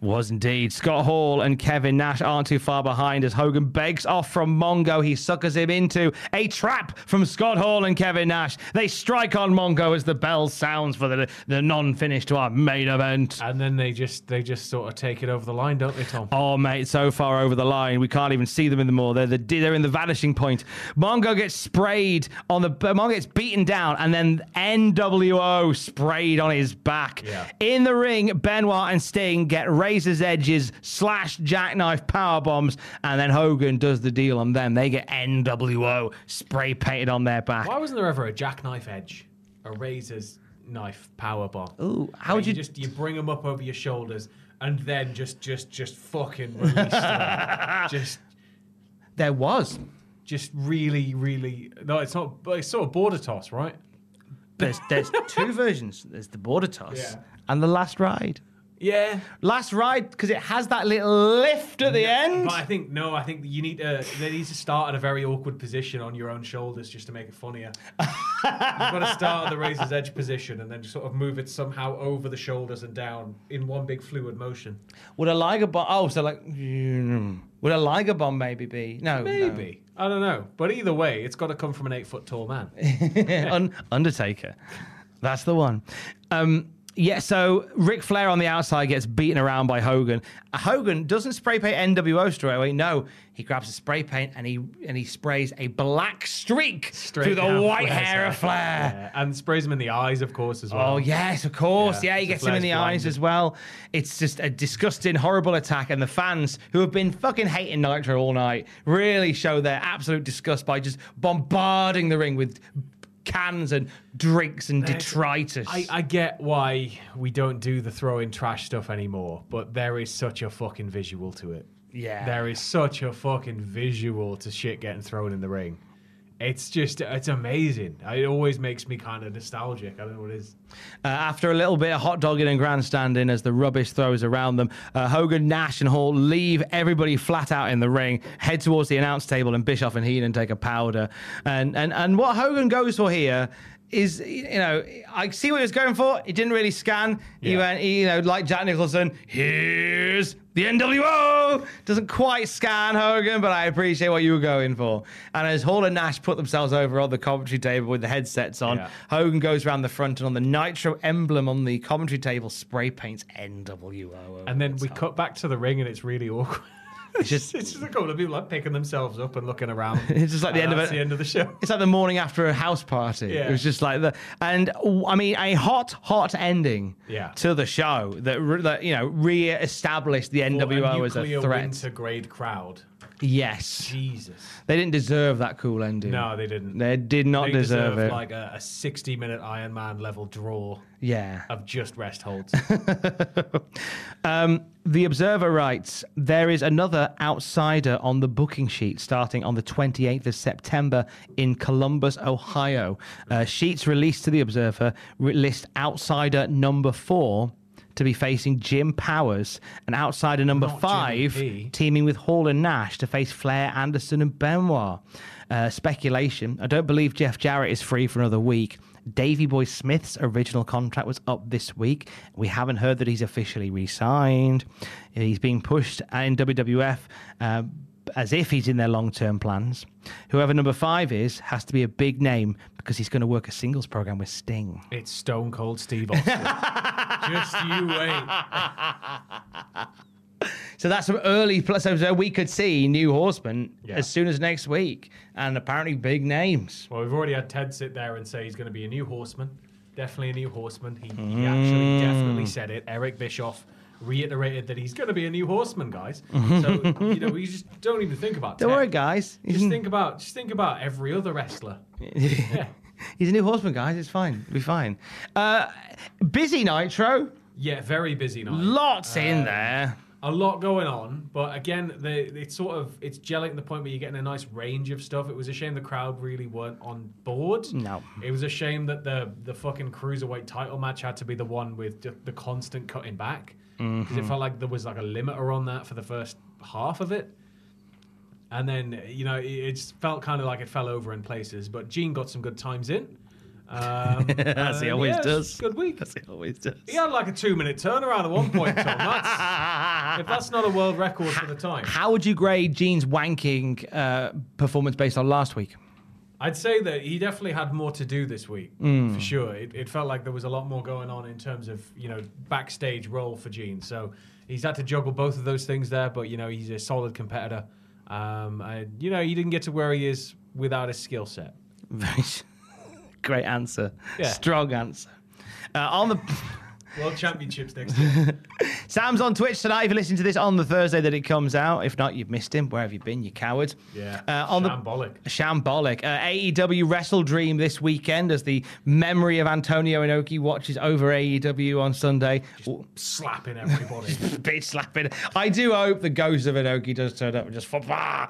Was indeed. Scott Hall and Kevin Nash aren't too far behind as Hogan begs off from Mongo. He suckers him into a trap from Scott Hall and Kevin Nash. They strike on Mongo as the bell sounds for the, the non finish to our main event. And then they just they just sort of take it over the line, don't they, Tom? Oh mate, so far over the line, we can't even see them anymore. They're the, they're in the vanishing point. Mongo gets sprayed on the Mongo gets beaten down, and then NWO sprayed on his back. Yeah. In the ring, Benoit and Sting get razor's edges slash jackknife power bombs, and then Hogan does the deal on them. They get NWO spray painted on their back. Why wasn't there ever a jackknife edge, a razor's knife power bomb? Ooh, how Where would you you- just you bring them up over your shoulders and then just just just fucking release them. just There was. just really really no, it's not. But it's sort of border toss, right? There's there's two versions. There's the border toss Yeah. and the last ride. Yeah. Last ride because it has that little lift at the end. But I think no, I think you need to they need to start at a very awkward position on your own shoulders just to make it funnier. You've got to start at the razor's edge position and then just sort of move it somehow over the shoulders and down in one big fluid motion. Would a Liger bomb? Oh, so like, mm. would a Liger bomb maybe be? No, no. Maybe. I don't know. But either way, it's got to come from an eight foot tall man. Un- Undertaker. That's the one. Um, yeah, so Ric Flair on the outside gets beaten around by Hogan. Uh, Hogan doesn't spray paint NWO straight away. No, he grabs a spray paint and he and he sprays a black streak Straight through the down white Flair's hair of Flair. Yeah, And sprays him in the eyes, of course, as Oh well. yes, of course. Yeah, Yeah, he so gets him in Flair's the eyes blinded. as well. It's just a disgusting, horrible attack, and the fans who have been fucking hating Nitro all night really show their absolute disgust by just bombarding the ring with cans and drinks and There's- detritus. I, I get why we don't do the throwing trash stuff anymore, but there is such a fucking visual to it. Yeah. There is such a fucking visual to shit getting thrown in the ring. It's just, it's amazing. It always makes me kind of nostalgic. I don't know what it is. Uh, after a little bit of hot dogging and grandstanding as the rubbish throws around them, uh, Hogan, Nash, and Hall leave everybody flat out in the ring, head towards the announce table, and Bischoff and Heenan take a powder. And and and what Hogan goes for here is, you know, I see what he was going for. He didn't really scan. He Yeah. went, he, you know, like Jack Nicholson. Here's the NWO. Doesn't quite scan Hogan, but I appreciate what you were going for. And as Hall and Nash put themselves over on the commentary table with the headsets on, Yeah. Hogan goes around the front, and on the Nitro emblem on the commentary table, spray paints NWO. over And then the we top. cut back to the ring and it's really awkward. It's just, it's just a couple of people like picking themselves up and looking around. it's just like the end And of that's it. the end of the show. It's like the morning after a house party. Yeah. It was just like the, and w- I mean, a hot, hot ending. Yeah. To the show that, re, that you know re-established the NWO as a nuclear threat. winter grade crowd. Yes. Jesus. They didn't deserve that cool ending. No, they didn't. They did not They deserve, it. Like a, a 60 minute Iron Man level draw yeah. of just rest holds. Um, the Observer writes there is another outsider on the booking sheet starting on the 28th of September in Columbus, Ohio. Uh, sheets released to the Observer re- list outsider number four to be facing Jim Powers and outsider number Not five Jimmy P. teaming with Hall and Nash to face Flair, Anderson, and Benoit. Uh, speculation. I don't believe Jeff Jarrett is free for another week. Davy Boy Smith's original contract was up this week. We haven't heard that he's officially re signed. He's being pushed in WWF uh, as if he's in their long term plans. Whoever number five is has to be a big name because he's going to work a singles program with Sting. it's Stone Cold Steve Austin. just you wait. So that's some early pl- so so we could see New Horseman Yeah. as soon as next week, and apparently big names. Well, we've already had Ted sit there and say he's going to be a new horseman. Definitely a new horseman. He, he Mm. actually definitely said it. Eric Bischoff reiterated that he's going to be a new horseman, guys. So, you know, you just don't even think about Don't Ted. worry, guys. He's, Just think about just think about every other wrestler. Yeah. he's a new horseman, guys. It's fine. It'll be fine. Uh, busy Nitro. Yeah, very busy night. Lots Um, in there. a lot going on, but again, the it's sort of it's gelling to the point where you're getting a nice range of stuff. It was a shame the crowd really weren't on board. No. it was a shame that the the fucking cruiserweight title match had to be the one with ju- the constant cutting back because it felt like there was like a limiter on that for the first half of it. And then you know it, it just felt kind of like it fell over in places, but Gene got some good times in. Um, As he and always yeah, it was does. a Good week. As he always does. He had like a two minute turnaround at one point, Tom. That's, if that's not a world record for the time, How would you grade Gene's wanking uh, performance based on last week? I'd say that he definitely had more to do this week, for sure. It, it felt like there was a lot more going on in terms of, you know, backstage role for Gene. So he's had to juggle both of those things there, but, you know, he's a solid competitor. Um, and, you know, he didn't get to where he is without his skill set. Very great answer. Yeah. Strong answer. Uh, on the. World Championships next year. Sam's on Twitch tonight. If you listen to this on the Thursday that it comes out, if not, you've missed him. Where have you been, you coward? Yeah. Uh, on Shambolic. the shambolic. Uh, AEW Wrestle Dream this weekend as the memory of Antonio Inoki watches over AEW on Sunday. Ooh, Slapping everybody. bitch slapping. I do hope the ghost of Inoki does turn up and just fuck. ah,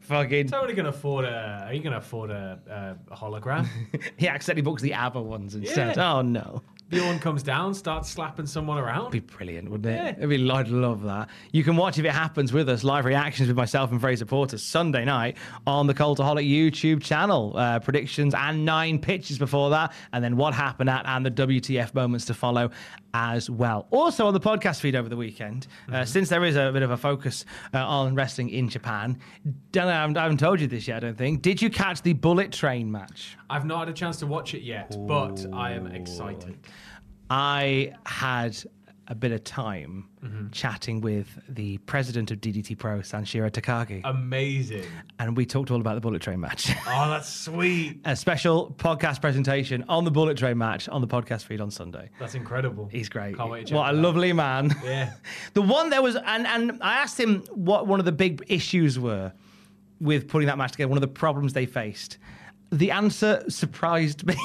Fucking, Somebody can afford a. Are you going to afford a, a hologram? he accidentally books the ABBA ones instead. Yeah. Oh no. Bjorn comes down, starts slapping someone around. It'd be brilliant, wouldn't it? Yeah. It'd be, I'd love that. You can watch if it happens with us live reactions with myself and Fraser Porter Sunday night on the Cultaholic YouTube channel. Uh, predictions and nine pitches before that, and then what happened at and the WTF moments to follow as well. Also on the podcast feed over the weekend, uh, since there is a bit of a focus uh, on wrestling in Japan, don't know, I haven't- I haven't told you this yet. I don't think. Did you catch the Bullet Train match? I've not had a chance to watch it yet, but I am excited. I had a bit of time Mm-hmm. chatting with the president of DDT Pro, Sanshiro Takagi. Oh. Amazing. and we talked all about the Bullet Train match. Oh, that's sweet. a special podcast presentation on the Bullet Train match on the podcast feed on Sunday. That's incredible. He's great. Can't wait to check What a that out. lovely man. Yeah. the one that was, and, and I asked him what one of the big issues were with putting that match together, one of the problems they faced. The answer surprised me.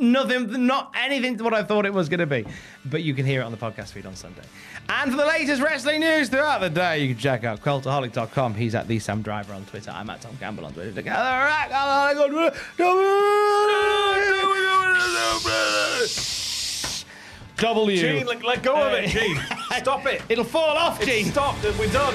Nothing, not anything to what I thought it was going to be. But you can hear it on the podcast feed on Sunday. And for the latest wrestling news throughout the day, you can check out cultaholic.com. He's at the Sam Driver on Twitter. I'm at Tom Campbell on Twitter. Together, at Cultaholic on Twitter. W. Gene, let, let go of it, Gene. Stop it. It'll fall off, It's Gene. stopped. We're done.